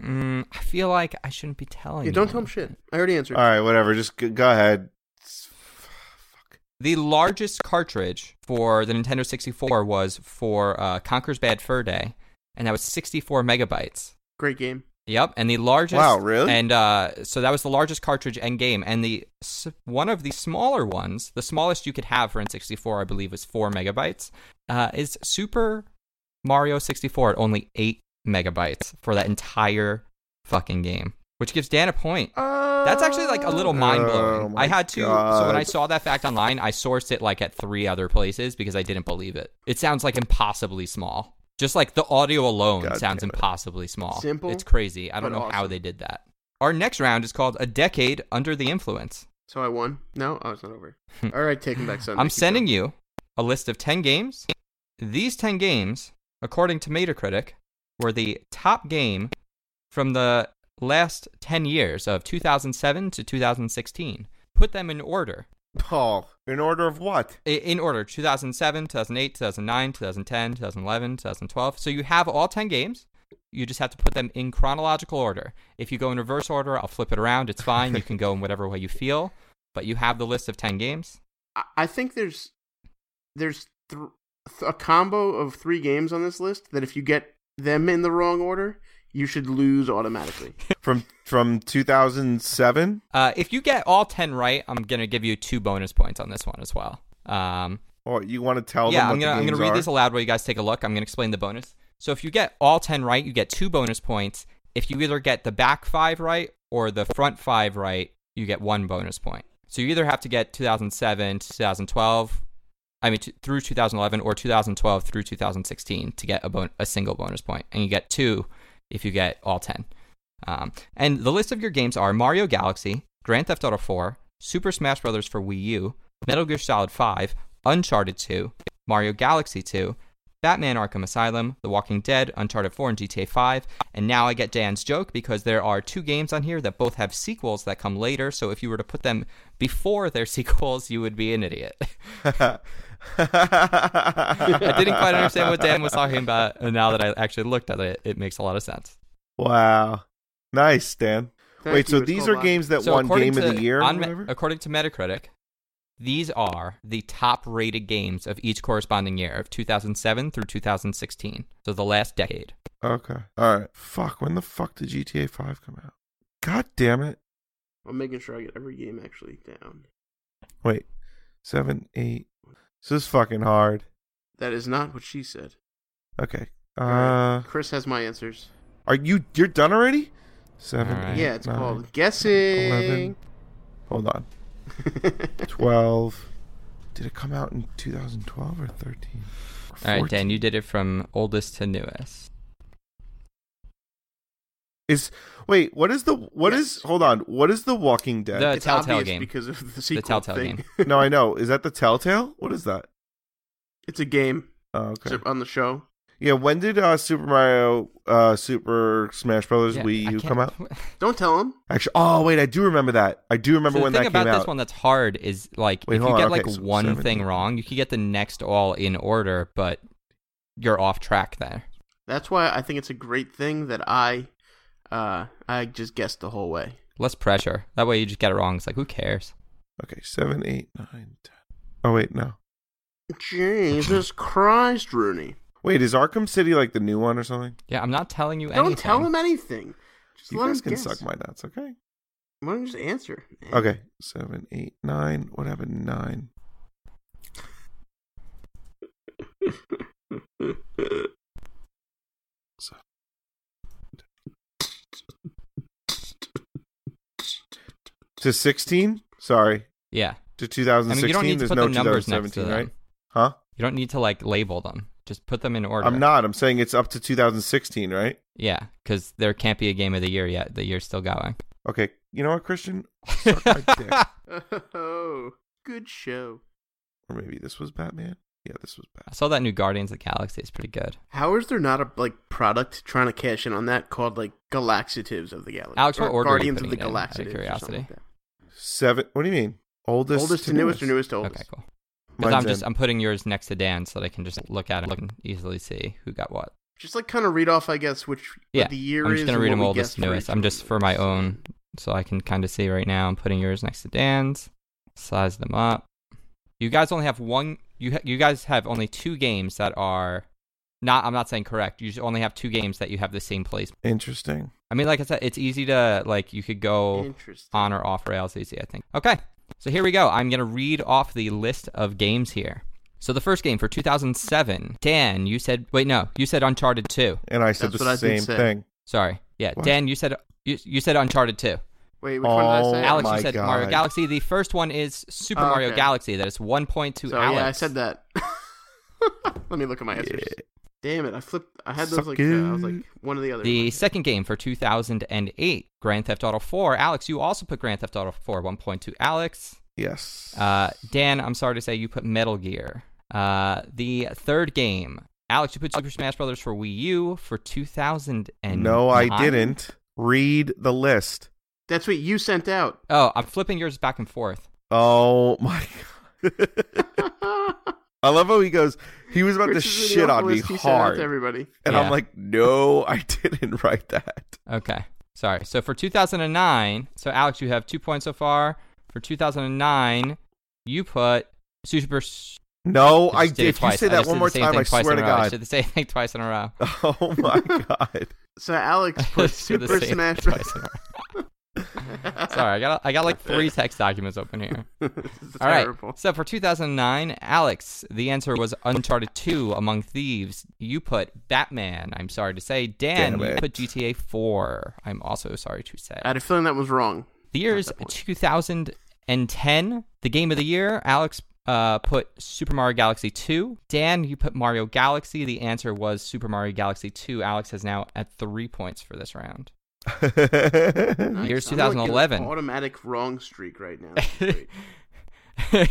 Speaker 1: Mm, I feel like I shouldn't be telling.
Speaker 3: Yeah, don't
Speaker 1: you.
Speaker 3: tell him shit. I already answered.
Speaker 2: All right, whatever. Just g- go ahead. S- Fuck.
Speaker 1: The largest cartridge for the Nintendo 64 was for uh, Conker's Bad Fur Day, and that was 64 megabytes.
Speaker 3: Great game.
Speaker 1: Yep, and the largest.
Speaker 2: Wow, really?
Speaker 1: And uh, so that was the largest cartridge and game, and the s- one of the smaller ones, the smallest you could have for N64, I believe, was four megabytes. Uh, is Super Mario 64 at only eight megabytes for that entire fucking game, which gives Dan a point. That's actually like a little mind
Speaker 2: Oh
Speaker 1: blowing.
Speaker 2: my
Speaker 1: I had to. So when I
Speaker 2: God.
Speaker 1: saw that fact online, I sourced it like at three other places because I didn't believe it. It sounds like impossibly small. Just like the audio alone
Speaker 2: God
Speaker 1: sounds
Speaker 2: damn it.
Speaker 1: impossibly small.
Speaker 3: Simple,
Speaker 1: It's crazy. I don't
Speaker 3: but
Speaker 1: know how
Speaker 3: awesome.
Speaker 1: they did that. Our next round is called A Decade Under the Influence.
Speaker 3: So I won. No, oh, it's
Speaker 1: [laughs]
Speaker 3: not over. All right, take him back Sunday.
Speaker 1: I'm sending you a list of 10 games. These 10 games, according to Metacritic, were the top game from the last 10 years of 2007 to 2016. Put them in order.
Speaker 2: Paul, in order of what?
Speaker 1: I- In order 2007, 2008, 2009, 2010, 2011, 2012. So you have all 10 games. You just have to put them in chronological order. If you go in reverse order, I'll flip it around. It's fine. you can go in whatever way you feel, but you have the list of 10 games.
Speaker 3: I, I think there's there's th- a combo of three games on this list that if you get them in the wrong order, you should lose automatically.
Speaker 2: From from 2007?
Speaker 1: Uh, if you get all 10 right, I'm going to give you two bonus points on this one as well. Um,
Speaker 2: Or you want to tell
Speaker 1: yeah,
Speaker 2: them
Speaker 1: I'm
Speaker 2: what
Speaker 1: gonna,
Speaker 2: the
Speaker 1: I'm
Speaker 2: games
Speaker 1: gonna read
Speaker 2: are?
Speaker 1: this aloud while you guys take a look. I'm gonna explain the bonus. So if you get all ten right, you get two bonus points. If you either get the back five right or the front five right, you get one bonus point. So you either have to get 2007, 2012, I mean t- through 2011, or 2012 through 2016 to get a bon- a single bonus point, and you get two if you get all ten. Um, and the list of your games are Mario Galaxy, Grand Theft Auto 4, Super Smash Bros. for Wii U, Metal Gear Solid 5, Uncharted 2, Mario Galaxy 2, Batman Arkham Asylum, The Walking Dead, Uncharted 4, and GTA 5. And now I get Dan's joke because there are two games on here that both have sequels that come later. So if you were to put them before their [laughs] sequels, you would be an idiot. I
Speaker 2: I
Speaker 1: didn't quite understand what Dan was talking about. And now that I actually looked at it, it makes a lot of sense.
Speaker 2: [laughs] Wow. Nice, Dan. [laughs]
Speaker 3: Thank
Speaker 2: Wait, so
Speaker 3: you, it's
Speaker 2: these
Speaker 3: no
Speaker 2: are
Speaker 3: lie.
Speaker 2: games that
Speaker 1: So
Speaker 2: won
Speaker 1: according
Speaker 2: Game of
Speaker 1: to-
Speaker 2: the Year? or
Speaker 1: on Me-
Speaker 2: whatever?
Speaker 1: according to Metacritic, these are the top rated games of each corresponding year of 2007 through 2016. So the last decade.
Speaker 2: Okay. All right. Fuck. When the fuck did GTA 5 come out? God damn it.
Speaker 3: I'm making sure I get every game actually down.
Speaker 2: Wait. Seven, eight. This is fucking hard.
Speaker 3: That is not what she said.
Speaker 2: Okay.
Speaker 3: All right,
Speaker 2: Uh,
Speaker 3: Chris has my answers.
Speaker 2: are you you're done already? Seven.
Speaker 1: All right.
Speaker 2: eight,
Speaker 3: Yeah, it's
Speaker 2: nine.
Speaker 3: called guessing.
Speaker 2: Hold on. Twelve. Did it come out in 2012 or 13?
Speaker 1: All right, Dan, you did it from oldest to newest.
Speaker 2: Is wait. What is the What is?
Speaker 3: Yes.
Speaker 2: Hold on. What is the Walking Dead?
Speaker 1: The
Speaker 3: it's
Speaker 1: Telltale
Speaker 3: obvious
Speaker 1: game.
Speaker 3: because of the sequel
Speaker 1: Telltale
Speaker 3: thing.
Speaker 1: game.
Speaker 2: [laughs]
Speaker 3: [laughs]
Speaker 2: no, I know. Is that the Telltale? What is that?
Speaker 3: it's a game
Speaker 2: Oh, okay.
Speaker 3: It's on the show.
Speaker 2: Yeah. When did uh, Super Mario, uh, Super Smash Brothers
Speaker 1: Yeah,
Speaker 2: Wii
Speaker 1: I
Speaker 2: U
Speaker 1: can't- [laughs]
Speaker 2: come out?
Speaker 3: Don't tell him.
Speaker 2: Actually, oh wait, I do remember that. I do remember
Speaker 1: So
Speaker 2: when
Speaker 1: the
Speaker 2: that
Speaker 1: thing
Speaker 2: came
Speaker 1: about
Speaker 2: out.
Speaker 1: this one that's hard is like
Speaker 2: Wait,
Speaker 1: if you
Speaker 2: hold on,
Speaker 1: get
Speaker 2: okay,
Speaker 1: like
Speaker 2: so
Speaker 1: one
Speaker 2: seven,
Speaker 1: thing
Speaker 2: eight.
Speaker 1: wrong, you could get the next all in order, but you're off track there.
Speaker 3: That's why I think it's a great thing that I, uh, I just guessed the whole way.
Speaker 1: Less pressure. That way you just get it wrong. It's like who cares?
Speaker 2: Okay, seven, eight, nine, ten. Oh wait, no.
Speaker 3: Jesus Christ, Rooney!
Speaker 2: Wait, is Arkham City like the new one or something?
Speaker 1: Yeah, I'm not telling you anything.
Speaker 3: Don't tell him anything. Just
Speaker 2: you
Speaker 3: let
Speaker 2: guys
Speaker 3: him
Speaker 2: can
Speaker 3: guess.
Speaker 2: suck my nuts, okay?
Speaker 3: Why don't you just answer? man? [laughs]
Speaker 2: Okay, seven, eight, nine. What happened? Nine. So- To sixteen? Sorry,
Speaker 1: Yeah, I
Speaker 2: to
Speaker 1: mean
Speaker 2: 2016.
Speaker 1: you don't need to
Speaker 2: There's
Speaker 1: put
Speaker 2: no
Speaker 1: the numbers next to
Speaker 2: 2017,
Speaker 1: them.
Speaker 2: right? Huh?
Speaker 1: You don't need to like label them. Just put them in order.
Speaker 2: I'm not. I'm saying it's up to 2016, right?
Speaker 1: Yeah, because there can't be a game of the year yet. The year's still going.
Speaker 2: Okay.
Speaker 1: [laughs]
Speaker 2: You know what, Christian? Suck my dick.
Speaker 3: Oh, good show.
Speaker 2: or maybe this was Batman. Yeah, this was
Speaker 1: I
Speaker 2: Batman.
Speaker 1: saw that new Guardians of the Galaxy. It's pretty good.
Speaker 3: How is there not a like product trying to cash in on that called like Galaxitives of the Galaxy?
Speaker 1: Alex, what
Speaker 3: or
Speaker 1: order are you
Speaker 3: Guardians of the
Speaker 1: putting it in, out of
Speaker 3: Galaxy.
Speaker 1: curiosity?
Speaker 2: Seven. What do you mean? Oldest,
Speaker 3: Oldest to newest or newest to oldest?
Speaker 1: Okay, cool. 'Cause
Speaker 2: Mine's
Speaker 1: I'm just
Speaker 2: in.
Speaker 1: I'm putting yours next to Dan so that I can just look at it and easily see who got what.
Speaker 3: Just like kind of read off, I guess, which what
Speaker 1: Yeah,
Speaker 3: the year
Speaker 1: I'm
Speaker 3: is.
Speaker 1: just gonna
Speaker 3: and
Speaker 1: read
Speaker 3: what
Speaker 1: them
Speaker 3: we
Speaker 1: oldest
Speaker 3: guessed for
Speaker 1: newest.
Speaker 3: each
Speaker 1: I'm
Speaker 3: of
Speaker 1: just
Speaker 3: them.
Speaker 1: for my own, so I can kind of see right now. I'm putting yours next to Dan's. Size them up. You guys only have one. You ha- you guys have only two games that are not. I'm not saying correct. You only have two games that you have the same place.
Speaker 2: Interesting.
Speaker 1: I mean, like I said, it's easy to like. You could go
Speaker 3: Interesting.
Speaker 1: on or off rails easy, I think. Okay, so here we go. I'm going to read off the list of games here. So the first game for 2007, Dan, you said, wait, no, you said Uncharted 2.
Speaker 2: And I said
Speaker 3: That's
Speaker 2: the
Speaker 3: what I did
Speaker 2: same
Speaker 3: say.
Speaker 2: thing.
Speaker 1: Sorry. Yeah,
Speaker 2: What?
Speaker 1: Dan, you said you, you said Uncharted 2.
Speaker 3: Wait, which one did I
Speaker 2: Oh,
Speaker 3: say?
Speaker 1: Alex,
Speaker 2: my
Speaker 1: you said Mario
Speaker 2: God.
Speaker 1: Galaxy. The first one is Super
Speaker 3: Oh,
Speaker 1: Mario
Speaker 3: okay.
Speaker 1: Galaxy. That is one point to
Speaker 3: So
Speaker 1: Alex.
Speaker 3: yeah, I said that. [laughs] Let me look at my answers. Damn it! I flipped. I had those like.
Speaker 2: Suck
Speaker 3: Uh, I was
Speaker 2: it.
Speaker 3: like one of the other.
Speaker 1: The second game for 2008, Grand Theft Auto 4. Alex, you also put Grand Theft Auto 4, one point to Alex.
Speaker 2: Yes.
Speaker 1: Uh, Dan, I'm sorry to say you put Metal Gear. Uh, the third game, Alex, you put Super Smash Brothers for Wii U for 2000 and
Speaker 2: no, I didn't. Read the list.
Speaker 3: That's what you
Speaker 2: [laughs]
Speaker 3: sent out.
Speaker 1: Oh, I'm flipping yours back and forth.
Speaker 2: Oh my [laughs] god. I love how he goes, he was about
Speaker 3: Which
Speaker 2: to
Speaker 3: is really
Speaker 2: shit on
Speaker 3: awful
Speaker 2: me
Speaker 3: list you sent out to
Speaker 2: hard.
Speaker 3: everybody.
Speaker 2: And
Speaker 1: Yeah.
Speaker 2: I'm like, no, I [laughs] didn't write that.
Speaker 1: Okay, sorry. So for 2009, so Alex, you have two points so far. For 2009, you put Super. S-
Speaker 2: No, I
Speaker 1: just
Speaker 2: did. If
Speaker 1: it twice.
Speaker 2: you say that
Speaker 1: just
Speaker 2: one
Speaker 1: did
Speaker 2: more
Speaker 1: the same
Speaker 2: time,
Speaker 1: thing
Speaker 2: I
Speaker 1: twice
Speaker 2: swear
Speaker 1: in
Speaker 2: to
Speaker 1: a row. I
Speaker 2: God.
Speaker 1: did the same thing twice in a row.
Speaker 2: Oh my god.
Speaker 1: [laughs]
Speaker 3: So Alex put
Speaker 1: Just do the
Speaker 3: Super
Speaker 1: same
Speaker 3: Smash
Speaker 1: twice
Speaker 3: Bros.
Speaker 1: in a row. Sorry, I got I got
Speaker 2: [laughs]
Speaker 1: like three text documents open here.
Speaker 3: [laughs] This is
Speaker 1: All right.
Speaker 3: terrible.
Speaker 1: So for 2009, Alex, the answer was Uncharted 2 Among Thieves. You put Batman. I'm sorry to say. Dan,
Speaker 2: Damn
Speaker 1: you
Speaker 2: it.
Speaker 1: put GTA 4. I'm also sorry to say.
Speaker 3: I had a feeling that was wrong.
Speaker 1: the year is
Speaker 3: that point.
Speaker 1: 2010. The game of the year, Alex uh, put Super Mario Galaxy 2. Dan, you put Mario Galaxy. The answer was Super Mario Galaxy 2. Alex is now at three points for this round.
Speaker 2: [laughs]
Speaker 1: [laughs]
Speaker 2: Oh
Speaker 3: Nice.
Speaker 1: Here's
Speaker 3: I'm, like, in an
Speaker 1: 2011.
Speaker 3: automatic wrong streak
Speaker 1: [laughs]
Speaker 3: right now. Great.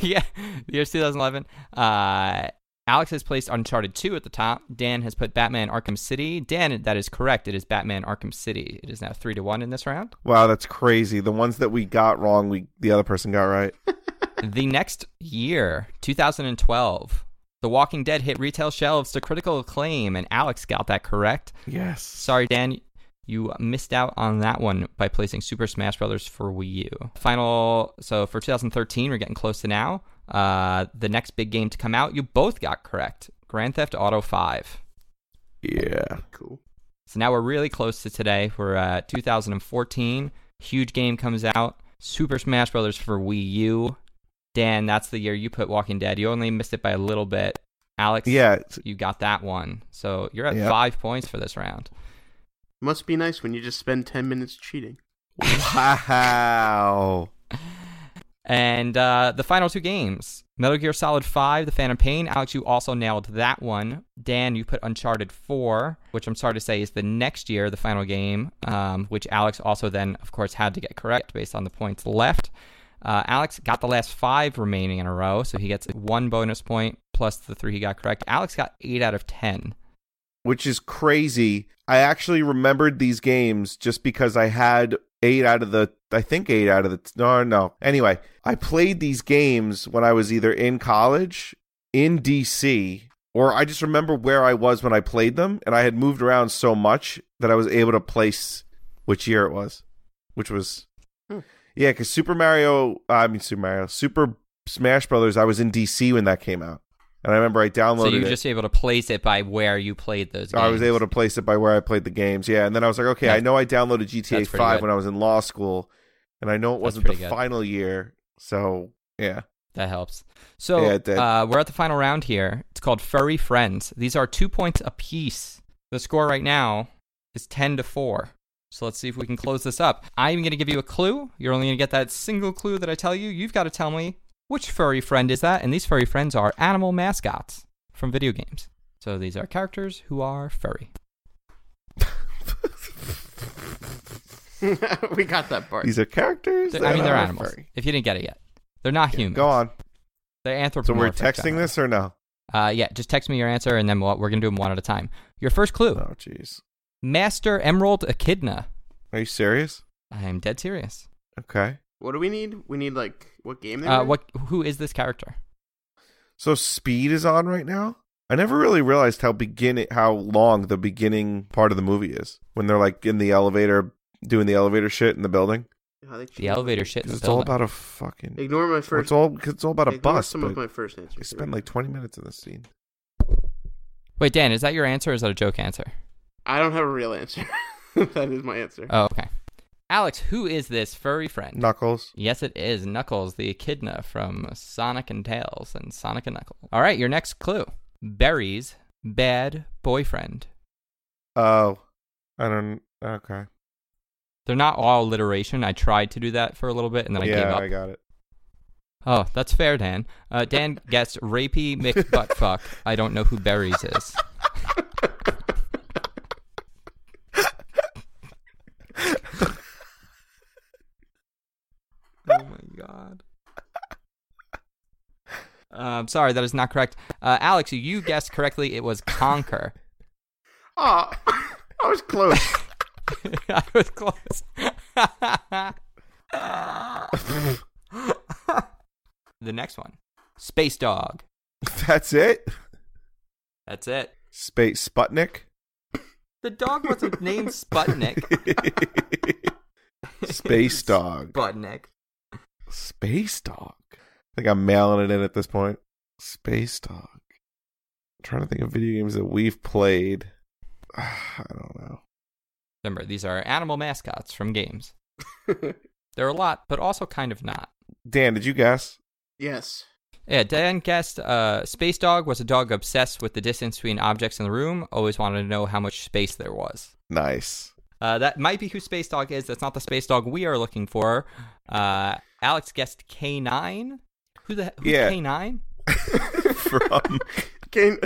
Speaker 1: yeah, the year's 2011. Uh, Alex has placed Uncharted 2 at the top. Dan has put Batman Arkham City. Dan, that is correct. It is Batman Arkham City. It is now 3 to 1 in this round.
Speaker 2: wow, that's crazy. The ones that we got wrong, we the other person got right.
Speaker 1: the next year, 2012, The Walking Dead hit retail shelves to critical acclaim, and Alex got that correct.
Speaker 2: Yes.
Speaker 1: Sorry, Dan, you missed out on that one by placing Super Smash Brothers for Wii U. Final, so for 2013, we're getting close to now. Uh, the next big game to come out, you both got correct. Grand Theft Auto 5.
Speaker 2: Yeah.
Speaker 3: Cool.
Speaker 1: So now we're really close to today. We're uh, 2014. Huge game comes out. Super Smash Brothers for Wii U. Dan, that's the year you put Walking Dead. You only missed it by a little bit. Alex,
Speaker 2: Yeah. it's-
Speaker 1: you got that one. So you're at
Speaker 2: Yep.
Speaker 1: five points for this round.
Speaker 3: Must be nice when you just spend ten minutes cheating. [laughs]
Speaker 2: Wow.
Speaker 1: And uh, the final two games Metal Gear Solid 5, The Phantom Pain. Alex, you also nailed that one. Dan, you put Uncharted 4, which I'm sorry to say is the next year, the final game, um, which Alex also then, of course, had to get correct based on the points left. Uh, Alex got the last five remaining in a row, so he gets one bonus point plus the three he got correct. Alex got eight out of 10.
Speaker 2: which is crazy. I actually remembered these games just because I had eight out of the, I think eight out of the, no, no. Anyway, I played these games when I was either in college, in DC, or I just remember where I was when I played them. And I had moved around so much that I was able to place which year it was, which was,
Speaker 3: Hmm.
Speaker 2: yeah, because Super Mario, uh, I mean, Super Mario, Super Smash Brothers, I was in DC when that came out. And I remember I downloaded
Speaker 1: So you
Speaker 2: it.
Speaker 1: were just able to place it by where you played those games.
Speaker 2: I was able to place it by where I played the games. Yeah, and then I was like, okay, I
Speaker 1: That's-
Speaker 2: know I downloaded GTA
Speaker 1: that's pretty
Speaker 2: Five
Speaker 1: good.
Speaker 2: when I was in law school, and I know it wasn't the
Speaker 1: pretty good.
Speaker 2: final year. So yeah,
Speaker 1: That helps. So
Speaker 2: Yeah, it did.
Speaker 1: Uh, we're at the final round here. It's called Furry Friends. These are two points apiece. The score right now is 10 to 4. So let's see if we can close this up. I'm going to give you a clue. You're only going to get that single clue that I tell you. You've got to tell me which furry friend is that. And these furry friends are animal mascots from video games. So these are characters who are furry.
Speaker 3: we got that part.
Speaker 2: these are characters.
Speaker 1: They're-
Speaker 2: that
Speaker 1: I mean, they're
Speaker 2: are
Speaker 1: animals.
Speaker 2: furry.
Speaker 1: If you didn't get it yet, they're not
Speaker 2: Yeah,
Speaker 1: humans.
Speaker 2: Go on.
Speaker 1: They're
Speaker 2: So we're
Speaker 1: anthropomorphic.
Speaker 2: texting this or no?
Speaker 1: Uh, yeah, just text me your answer, and then we'll, we're gonna do them one at a time. Your first clue:
Speaker 2: Oh, jeez.
Speaker 1: Master Emerald Echidna.
Speaker 2: Are you serious?
Speaker 1: I am dead serious.
Speaker 2: Okay.
Speaker 3: What do we need? We need like what game? They
Speaker 1: Uh,
Speaker 3: were
Speaker 1: what? Who is this character?
Speaker 2: So speed is on right now. I never really realized how begin how long the beginning part of the movie is when they're like in the elevator doing the elevator shit in the building.
Speaker 3: in? Oh, they
Speaker 1: The elevator shit. In
Speaker 2: 'Cause
Speaker 1: the
Speaker 2: it's all
Speaker 1: building.
Speaker 2: about a fucking.
Speaker 3: Ignore my
Speaker 2: Well,
Speaker 3: first.
Speaker 2: It's all 'cause it's all about a
Speaker 3: ignore
Speaker 2: bus.
Speaker 3: Some of
Speaker 2: But
Speaker 3: my first answers.
Speaker 2: they spend like twenty minutes in this scene.
Speaker 1: Wait, Dan, is that your answer? or Is that a joke answer?
Speaker 3: I don't have a real answer. [laughs] that is my answer.
Speaker 1: Oh, okay. Alex, who is this furry friend?
Speaker 2: Knuckles.
Speaker 1: Yes, it is Knuckles, the echidna from Sonic and Tails and Sonic and Knuckles. All right, your next clue: Barry's bad boyfriend.
Speaker 2: Oh, I don't. Okay.
Speaker 1: They're not all alliteration. I tried to do that for a little bit, and then I gave
Speaker 2: yeah,
Speaker 1: up.
Speaker 2: I got it. [laughs]
Speaker 1: Oh, that's fair, Dan. Uh, Dan guessed rapey McButtfuck. I don't know who Berries is. [laughs] oh my god. Uh, I'm sorry, that is not correct. Uh, Alex, you guessed correctly. It was Conquer.
Speaker 3: Oh, [laughs] I was close.
Speaker 1: [laughs] I was [laughs] close. the next one, Space Dog.
Speaker 2: That's it.
Speaker 1: That's it.
Speaker 2: Space
Speaker 1: [laughs]
Speaker 2: Sputnik.
Speaker 1: The dog wasn't named
Speaker 3: [laughs]
Speaker 1: Sputnik. [laughs]
Speaker 2: Space dog.
Speaker 1: Sputnik.
Speaker 2: Space Dog. I think I'm mailing it in at this point. Space Dog. I'm trying to think of video games that we've played. [sighs] I don't know.
Speaker 1: Remember, these are animal mascots from games. There are a lot, but also kind of not.
Speaker 2: Dan, did you guess?
Speaker 3: yes.
Speaker 1: Yeah, Dan guessed uh, Space Dog was a dog obsessed with the distance between objects in the room, always wanted to know how much space there was.
Speaker 2: Nice.
Speaker 1: Uh, that might be who Space Dog is. That's not the Space Dog we are looking for. Uh, Alex guessed K9. Who the he- who's
Speaker 2: Yeah.
Speaker 1: K9?
Speaker 2: From
Speaker 3: Game.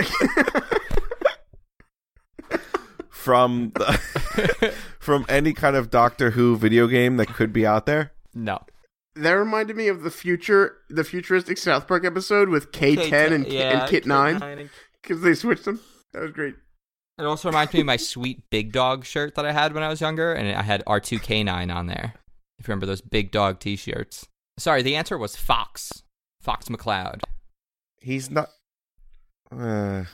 Speaker 2: from
Speaker 1: [laughs]
Speaker 2: the, [laughs] from any kind of Doctor Who video game that could be out there.
Speaker 1: No.
Speaker 3: [laughs] that reminded me of the future, the futuristic South Park episode with K10 and, Ki-
Speaker 1: yeah,
Speaker 3: and Kit Nine
Speaker 1: and-
Speaker 3: because they switched them. That was great.
Speaker 1: It also reminds me of my sweet big dog shirt that I had when I was younger, and I had R2K9 on there. If you remember those big dog t shirts. Sorry, the answer was Fox. Fox McCloud.
Speaker 2: He's not. Uh,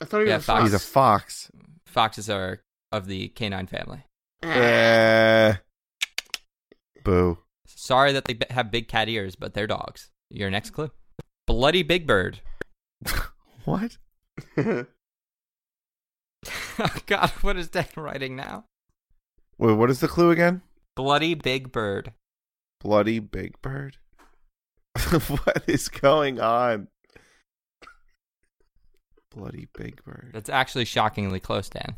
Speaker 3: I thought he
Speaker 1: Yeah,
Speaker 3: was a
Speaker 1: Fox.
Speaker 2: he's a fox.
Speaker 1: Foxes are of the canine family.
Speaker 2: Uh, boo.
Speaker 1: Sorry that they b- have big cat ears, but they're dogs. Your next clue Bloody Big Bird. [laughs]
Speaker 2: What?
Speaker 3: fox.
Speaker 1: oh, God, what is Dan writing now?
Speaker 2: Wait, what is the clue again?
Speaker 1: Bloody Big Bird.
Speaker 2: Bloody Big Bird. [laughs] what is going on? Bloody Big Bird.
Speaker 1: That's actually shockingly close, Dan.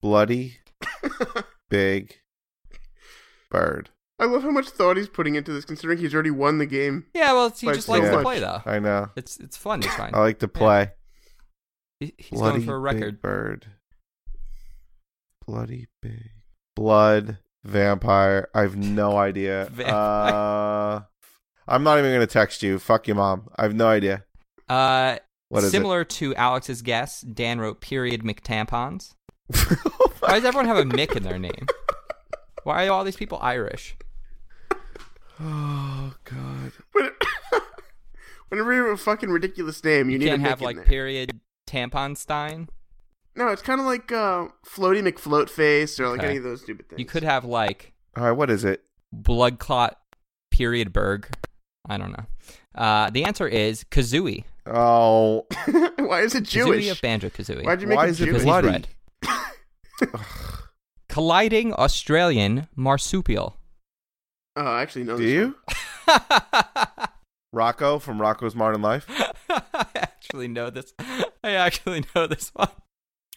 Speaker 2: Bloody Big Bird.
Speaker 3: [laughs] I love how much thought he's putting into this, considering he's already won the game.
Speaker 1: Yeah, well, it's, he
Speaker 3: Like
Speaker 1: just
Speaker 3: so
Speaker 1: likes to
Speaker 2: much.
Speaker 1: play, though.
Speaker 2: I know.
Speaker 1: It's, it's fun.
Speaker 2: [laughs]
Speaker 1: It's fine.
Speaker 2: I like to play.
Speaker 1: He- He's
Speaker 2: Uh, Bloody
Speaker 1: going for a record.
Speaker 2: Big Bird. Bloody Big Blood Vampire.
Speaker 1: [laughs]
Speaker 2: I've no idea.
Speaker 1: Vampire.
Speaker 2: Uh, I'm not even gonna text you. Fuck your mom. I have no idea.
Speaker 1: Uh,
Speaker 2: What is
Speaker 1: Similar to Alex's guess, Dan wrote period McTampons.
Speaker 2: it?
Speaker 1: Why does everyone have a Mick in their name? Why are all these people Irish?
Speaker 2: [laughs] oh god.
Speaker 3: [laughs] When- [laughs] Whenever you have a fucking ridiculous name, you,
Speaker 1: You,
Speaker 3: need
Speaker 1: can't
Speaker 3: to
Speaker 1: have like
Speaker 3: there.
Speaker 1: period Tamponstein.
Speaker 3: No, it's kind of like uh, Floaty McFloatface or like
Speaker 1: Okay.
Speaker 3: any of those stupid things.
Speaker 1: You could have like
Speaker 2: All right, what is it?
Speaker 1: blood clot period Berg. I don't know. Uh, the answer is Kazooie.
Speaker 2: Oh,
Speaker 3: [laughs] Why is it
Speaker 1: Kazooie of
Speaker 3: Jewish?
Speaker 1: Banjo Kazooie.
Speaker 3: Why'd you make
Speaker 2: Why
Speaker 3: it
Speaker 2: is it
Speaker 3: Jewish?
Speaker 1: Because he's
Speaker 2: bloody?
Speaker 1: red. [laughs] Colliding Australian marsupial. [laughs]
Speaker 3: Oh, I actually know.
Speaker 2: do
Speaker 3: this
Speaker 2: you? Rocco from Rocco's Modern Life.
Speaker 1: I actually know this. I actually know this one.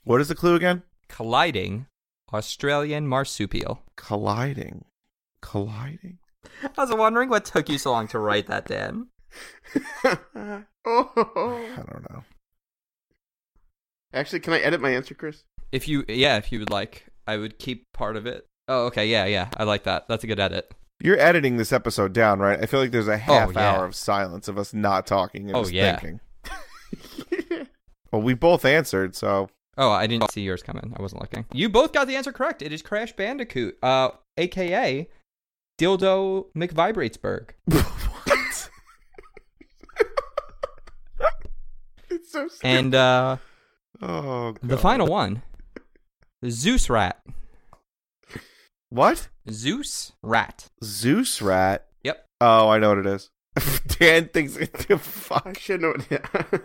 Speaker 2: What is the clue again?
Speaker 1: colliding Australian marsupial.
Speaker 2: Colliding. Colliding.
Speaker 1: I was wondering what took you so long to write that, Dan.
Speaker 3: one. [laughs] oh, ho,
Speaker 2: I
Speaker 3: ho.
Speaker 2: don't know.
Speaker 3: actually, can I edit my answer, Chris? [laughs]
Speaker 1: If you, yeah, if you would like, I would keep part of it. Oh, okay, yeah, yeah, I like that. That's a good edit.
Speaker 2: You're editing this episode down, right? I feel like there's a half
Speaker 1: Oh, yeah.
Speaker 2: hour of silence of us not talking and
Speaker 1: Oh,
Speaker 2: just
Speaker 1: yeah.
Speaker 2: thinking. Well, we both answered, so
Speaker 1: Oh, I didn't see yours coming. I wasn't looking. You both got the answer correct. It is Crash Bandicoot, uh, aka Dildo McVibratesburg.
Speaker 2: what?
Speaker 3: it's so stupid.
Speaker 1: And uh,
Speaker 2: Oh, God.
Speaker 1: the final one, Zeus Rat.
Speaker 2: what?
Speaker 1: Zeus Rat.
Speaker 2: Zeus rat.
Speaker 1: Yep.
Speaker 2: Oh, I know what it is. [laughs] Dan thinks it.
Speaker 3: I
Speaker 2: Fuck.
Speaker 3: should know. What...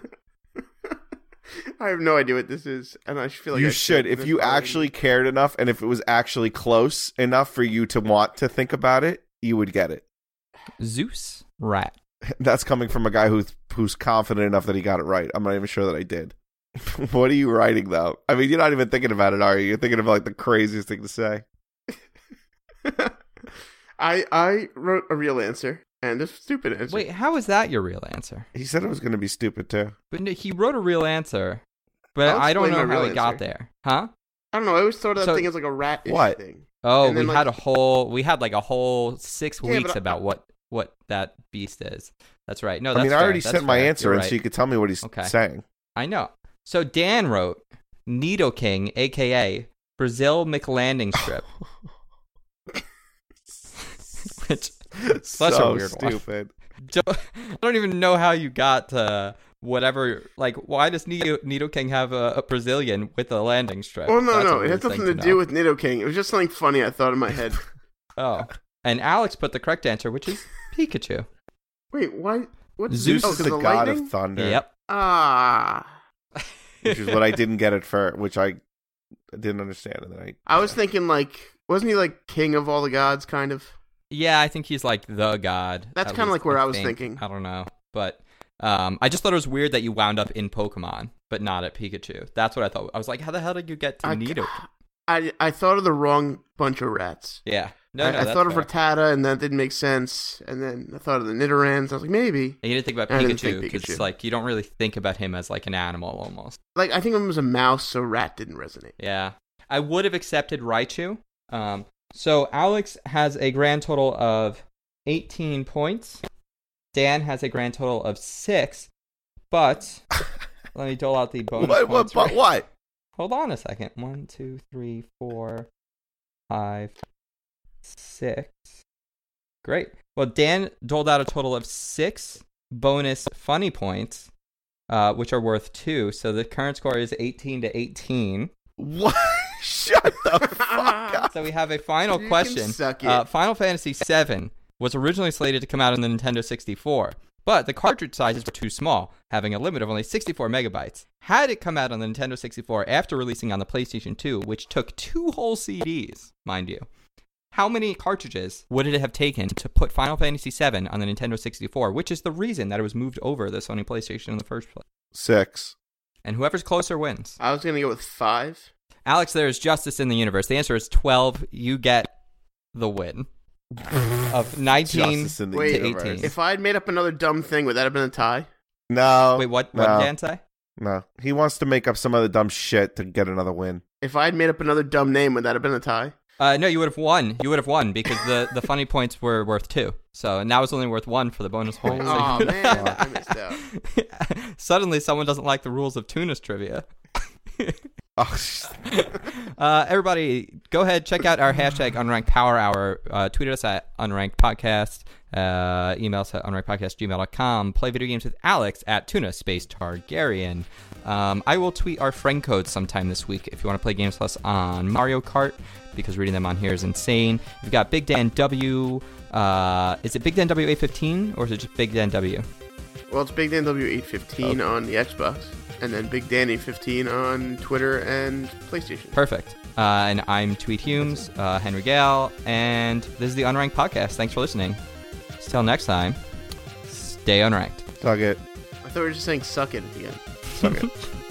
Speaker 3: [laughs] I have no idea what this is, and I feel like
Speaker 2: you
Speaker 3: I
Speaker 2: should, if
Speaker 3: This
Speaker 2: you
Speaker 3: is-
Speaker 2: actually cared enough, and if it was actually close enough for you to want to think about it, you would get it. [laughs]
Speaker 1: Zeus Rat.
Speaker 2: That's coming from a guy who's who's confident enough that he got it right. I'm not even sure that I did. [laughs] what are you writing though? I mean, you're not even thinking about it, are you? You're thinking of like the craziest thing to say.
Speaker 3: [laughs] I I wrote a real answer and a stupid answer.
Speaker 1: Wait, how is that your real answer?
Speaker 2: He said it was going to be stupid too.
Speaker 1: But no, he wrote a real answer, but
Speaker 3: I'll
Speaker 1: I don't know
Speaker 3: explain
Speaker 1: how
Speaker 3: my
Speaker 1: he
Speaker 3: real
Speaker 1: got
Speaker 3: answer.
Speaker 1: there, huh?
Speaker 3: I don't know. I always thought of that
Speaker 1: So-
Speaker 3: thing as like a rat
Speaker 2: What?
Speaker 3: thing.
Speaker 1: Oh,
Speaker 3: And
Speaker 1: we
Speaker 3: then, like-
Speaker 1: had a whole we had like a whole six
Speaker 3: Yeah,
Speaker 1: weeks
Speaker 3: but I-
Speaker 1: about what what that beast is. That's right. No,
Speaker 2: I
Speaker 1: Oh, that's
Speaker 2: mean, I
Speaker 1: fair.
Speaker 2: already
Speaker 1: That's
Speaker 2: sent my
Speaker 1: fair.
Speaker 2: answer
Speaker 1: You're
Speaker 2: in,
Speaker 1: right.
Speaker 2: so you could tell me what he's
Speaker 1: Okay.
Speaker 2: saying.
Speaker 1: I know. So Dan wrote Nido King, aka Brazil McLanding Strip. [laughs] Which [laughs] Such a
Speaker 2: so
Speaker 1: weird one.
Speaker 2: stupid.
Speaker 1: Jo- I don't even know how you got to whatever. Like, why does Nido, Nido King have a, a Brazilian with a landing strip?
Speaker 3: Oh no,
Speaker 1: That's a
Speaker 3: no, it
Speaker 1: weird
Speaker 3: has
Speaker 1: thing
Speaker 3: nothing to,
Speaker 1: know.
Speaker 3: do with Nido King. It was just something funny I thought in
Speaker 1: [laughs]
Speaker 3: my head.
Speaker 1: Oh, and Alex put the correct answer, which
Speaker 3: [laughs]
Speaker 1: is Pikachu.
Speaker 3: Wait, why? What's
Speaker 1: Zeus
Speaker 3: Zeus?
Speaker 1: Oh,
Speaker 2: Zeus
Speaker 3: Oh,
Speaker 2: is
Speaker 3: 'cause
Speaker 2: the,
Speaker 3: of
Speaker 2: god
Speaker 3: lightning?
Speaker 2: of thunder.
Speaker 1: Yep.
Speaker 3: Ah,
Speaker 2: which is what I didn't get at first, which I didn't understand, and then I
Speaker 3: I was thinking like, wasn't he like king of all the gods? Kind of.
Speaker 1: Yeah, I think he's like the god.
Speaker 3: That's
Speaker 1: at
Speaker 3: kinda
Speaker 1: least
Speaker 3: like where I was
Speaker 1: think.
Speaker 3: thinking.
Speaker 1: I don't know, but um, I just thought it was weird that you wound up in Pokemon, but not at Pikachu. That's what I thought. I was like, how the hell did you get to
Speaker 3: I-
Speaker 1: Nido?
Speaker 3: I I thought of the wrong bunch of rats.
Speaker 1: Yeah, no,
Speaker 3: I,
Speaker 1: no,
Speaker 3: I
Speaker 1: that's
Speaker 3: thought of
Speaker 1: fair.
Speaker 3: Rattata, and that didn't make sense. And then I thought of the Nidorans. I was like, maybe.
Speaker 1: And you didn't think about
Speaker 3: I didn't
Speaker 1: Pikachu
Speaker 3: think
Speaker 1: because
Speaker 3: Pikachu.
Speaker 1: like you don't really think about him as like an animal almost.
Speaker 3: Like I think it was a mouse, so rat didn't resonate.
Speaker 1: Yeah, I would have accepted Raichu. Um, so Alex has a grand total of 18 points. Dan has a grand total of six. But let me dole out the bonus
Speaker 2: what what
Speaker 1: points.
Speaker 2: but
Speaker 1: right-
Speaker 2: what?
Speaker 1: Hold on a second. One, two, three, four, five, six. Great. Well, Dan doled out a total of six bonus funny points, uh, which are worth two. So the current score is 18 to 18.
Speaker 2: What? [laughs] Shut
Speaker 3: [laughs]
Speaker 2: the fuck up!
Speaker 1: So we have a final
Speaker 3: You can
Speaker 1: question.
Speaker 3: suck it.
Speaker 1: Uh, Final Fantasy VII was originally slated to come out on the Nintendo 64, but the cartridge sizes were too small, having a limit of only 64 megabytes. Had it come out on the Nintendo 64 after releasing on the PlayStation 2, which took two whole CDs, mind you, how many cartridges would it have taken to put Final Fantasy VII on the Nintendo 64, which is the reason that it was moved over the Sony PlayStation in the first place?
Speaker 2: Six.
Speaker 1: And whoever's closer wins.
Speaker 3: I was gonna go with five.
Speaker 1: Alex, there is justice in the universe. The answer is 12. You get the win of 19
Speaker 2: Justice in the
Speaker 3: Wait,
Speaker 1: to
Speaker 2: universe.
Speaker 1: 18.
Speaker 3: If I had made up another dumb thing, would that have been a tie?
Speaker 2: No.
Speaker 1: Wait, what?
Speaker 2: No.
Speaker 1: What did Dan say?
Speaker 2: No. He wants to make up some other dumb shit to get another win.
Speaker 3: If I had made up another dumb name, would that have been a tie?
Speaker 1: Uh, no, you would have won. You would have won because the, the funny points were worth two. So and now it's only worth one for the bonus
Speaker 3: [laughs]
Speaker 1: point. So
Speaker 3: Oh
Speaker 1: you-
Speaker 3: man, I [laughs] missed out.
Speaker 1: [laughs] Suddenly, someone doesn't like the rules of Tunis trivia.
Speaker 2: Oh, [laughs]
Speaker 1: Uh, everybody, go ahead, check out our hashtag Unranked Power Hour. Uh, tweet us at Unranked Podcast. Uh, email us at unrankedpodcastgmail.com. Play video games with Alex at Tuna Space Targaryen. Um, I will tweet our friend codes sometime this week if you want to play games with us on Mario Kart because reading them on here is insane. We've got Big Dan W. Uh, is it Big Dan W eight fifteen or is it just Big Dan W?
Speaker 3: Well, it's Big Dan W815 on the Xbox, and then Big Dan 815 on Twitter and PlayStation.
Speaker 1: Perfect. Uh, and I'm Tweet Humes, uh, Henry Gale, and this is the Unranked Podcast. Thanks for listening. Till next time, stay unranked.
Speaker 2: Suck it.
Speaker 3: I thought we were just saying suck it at the end.
Speaker 2: Suck it.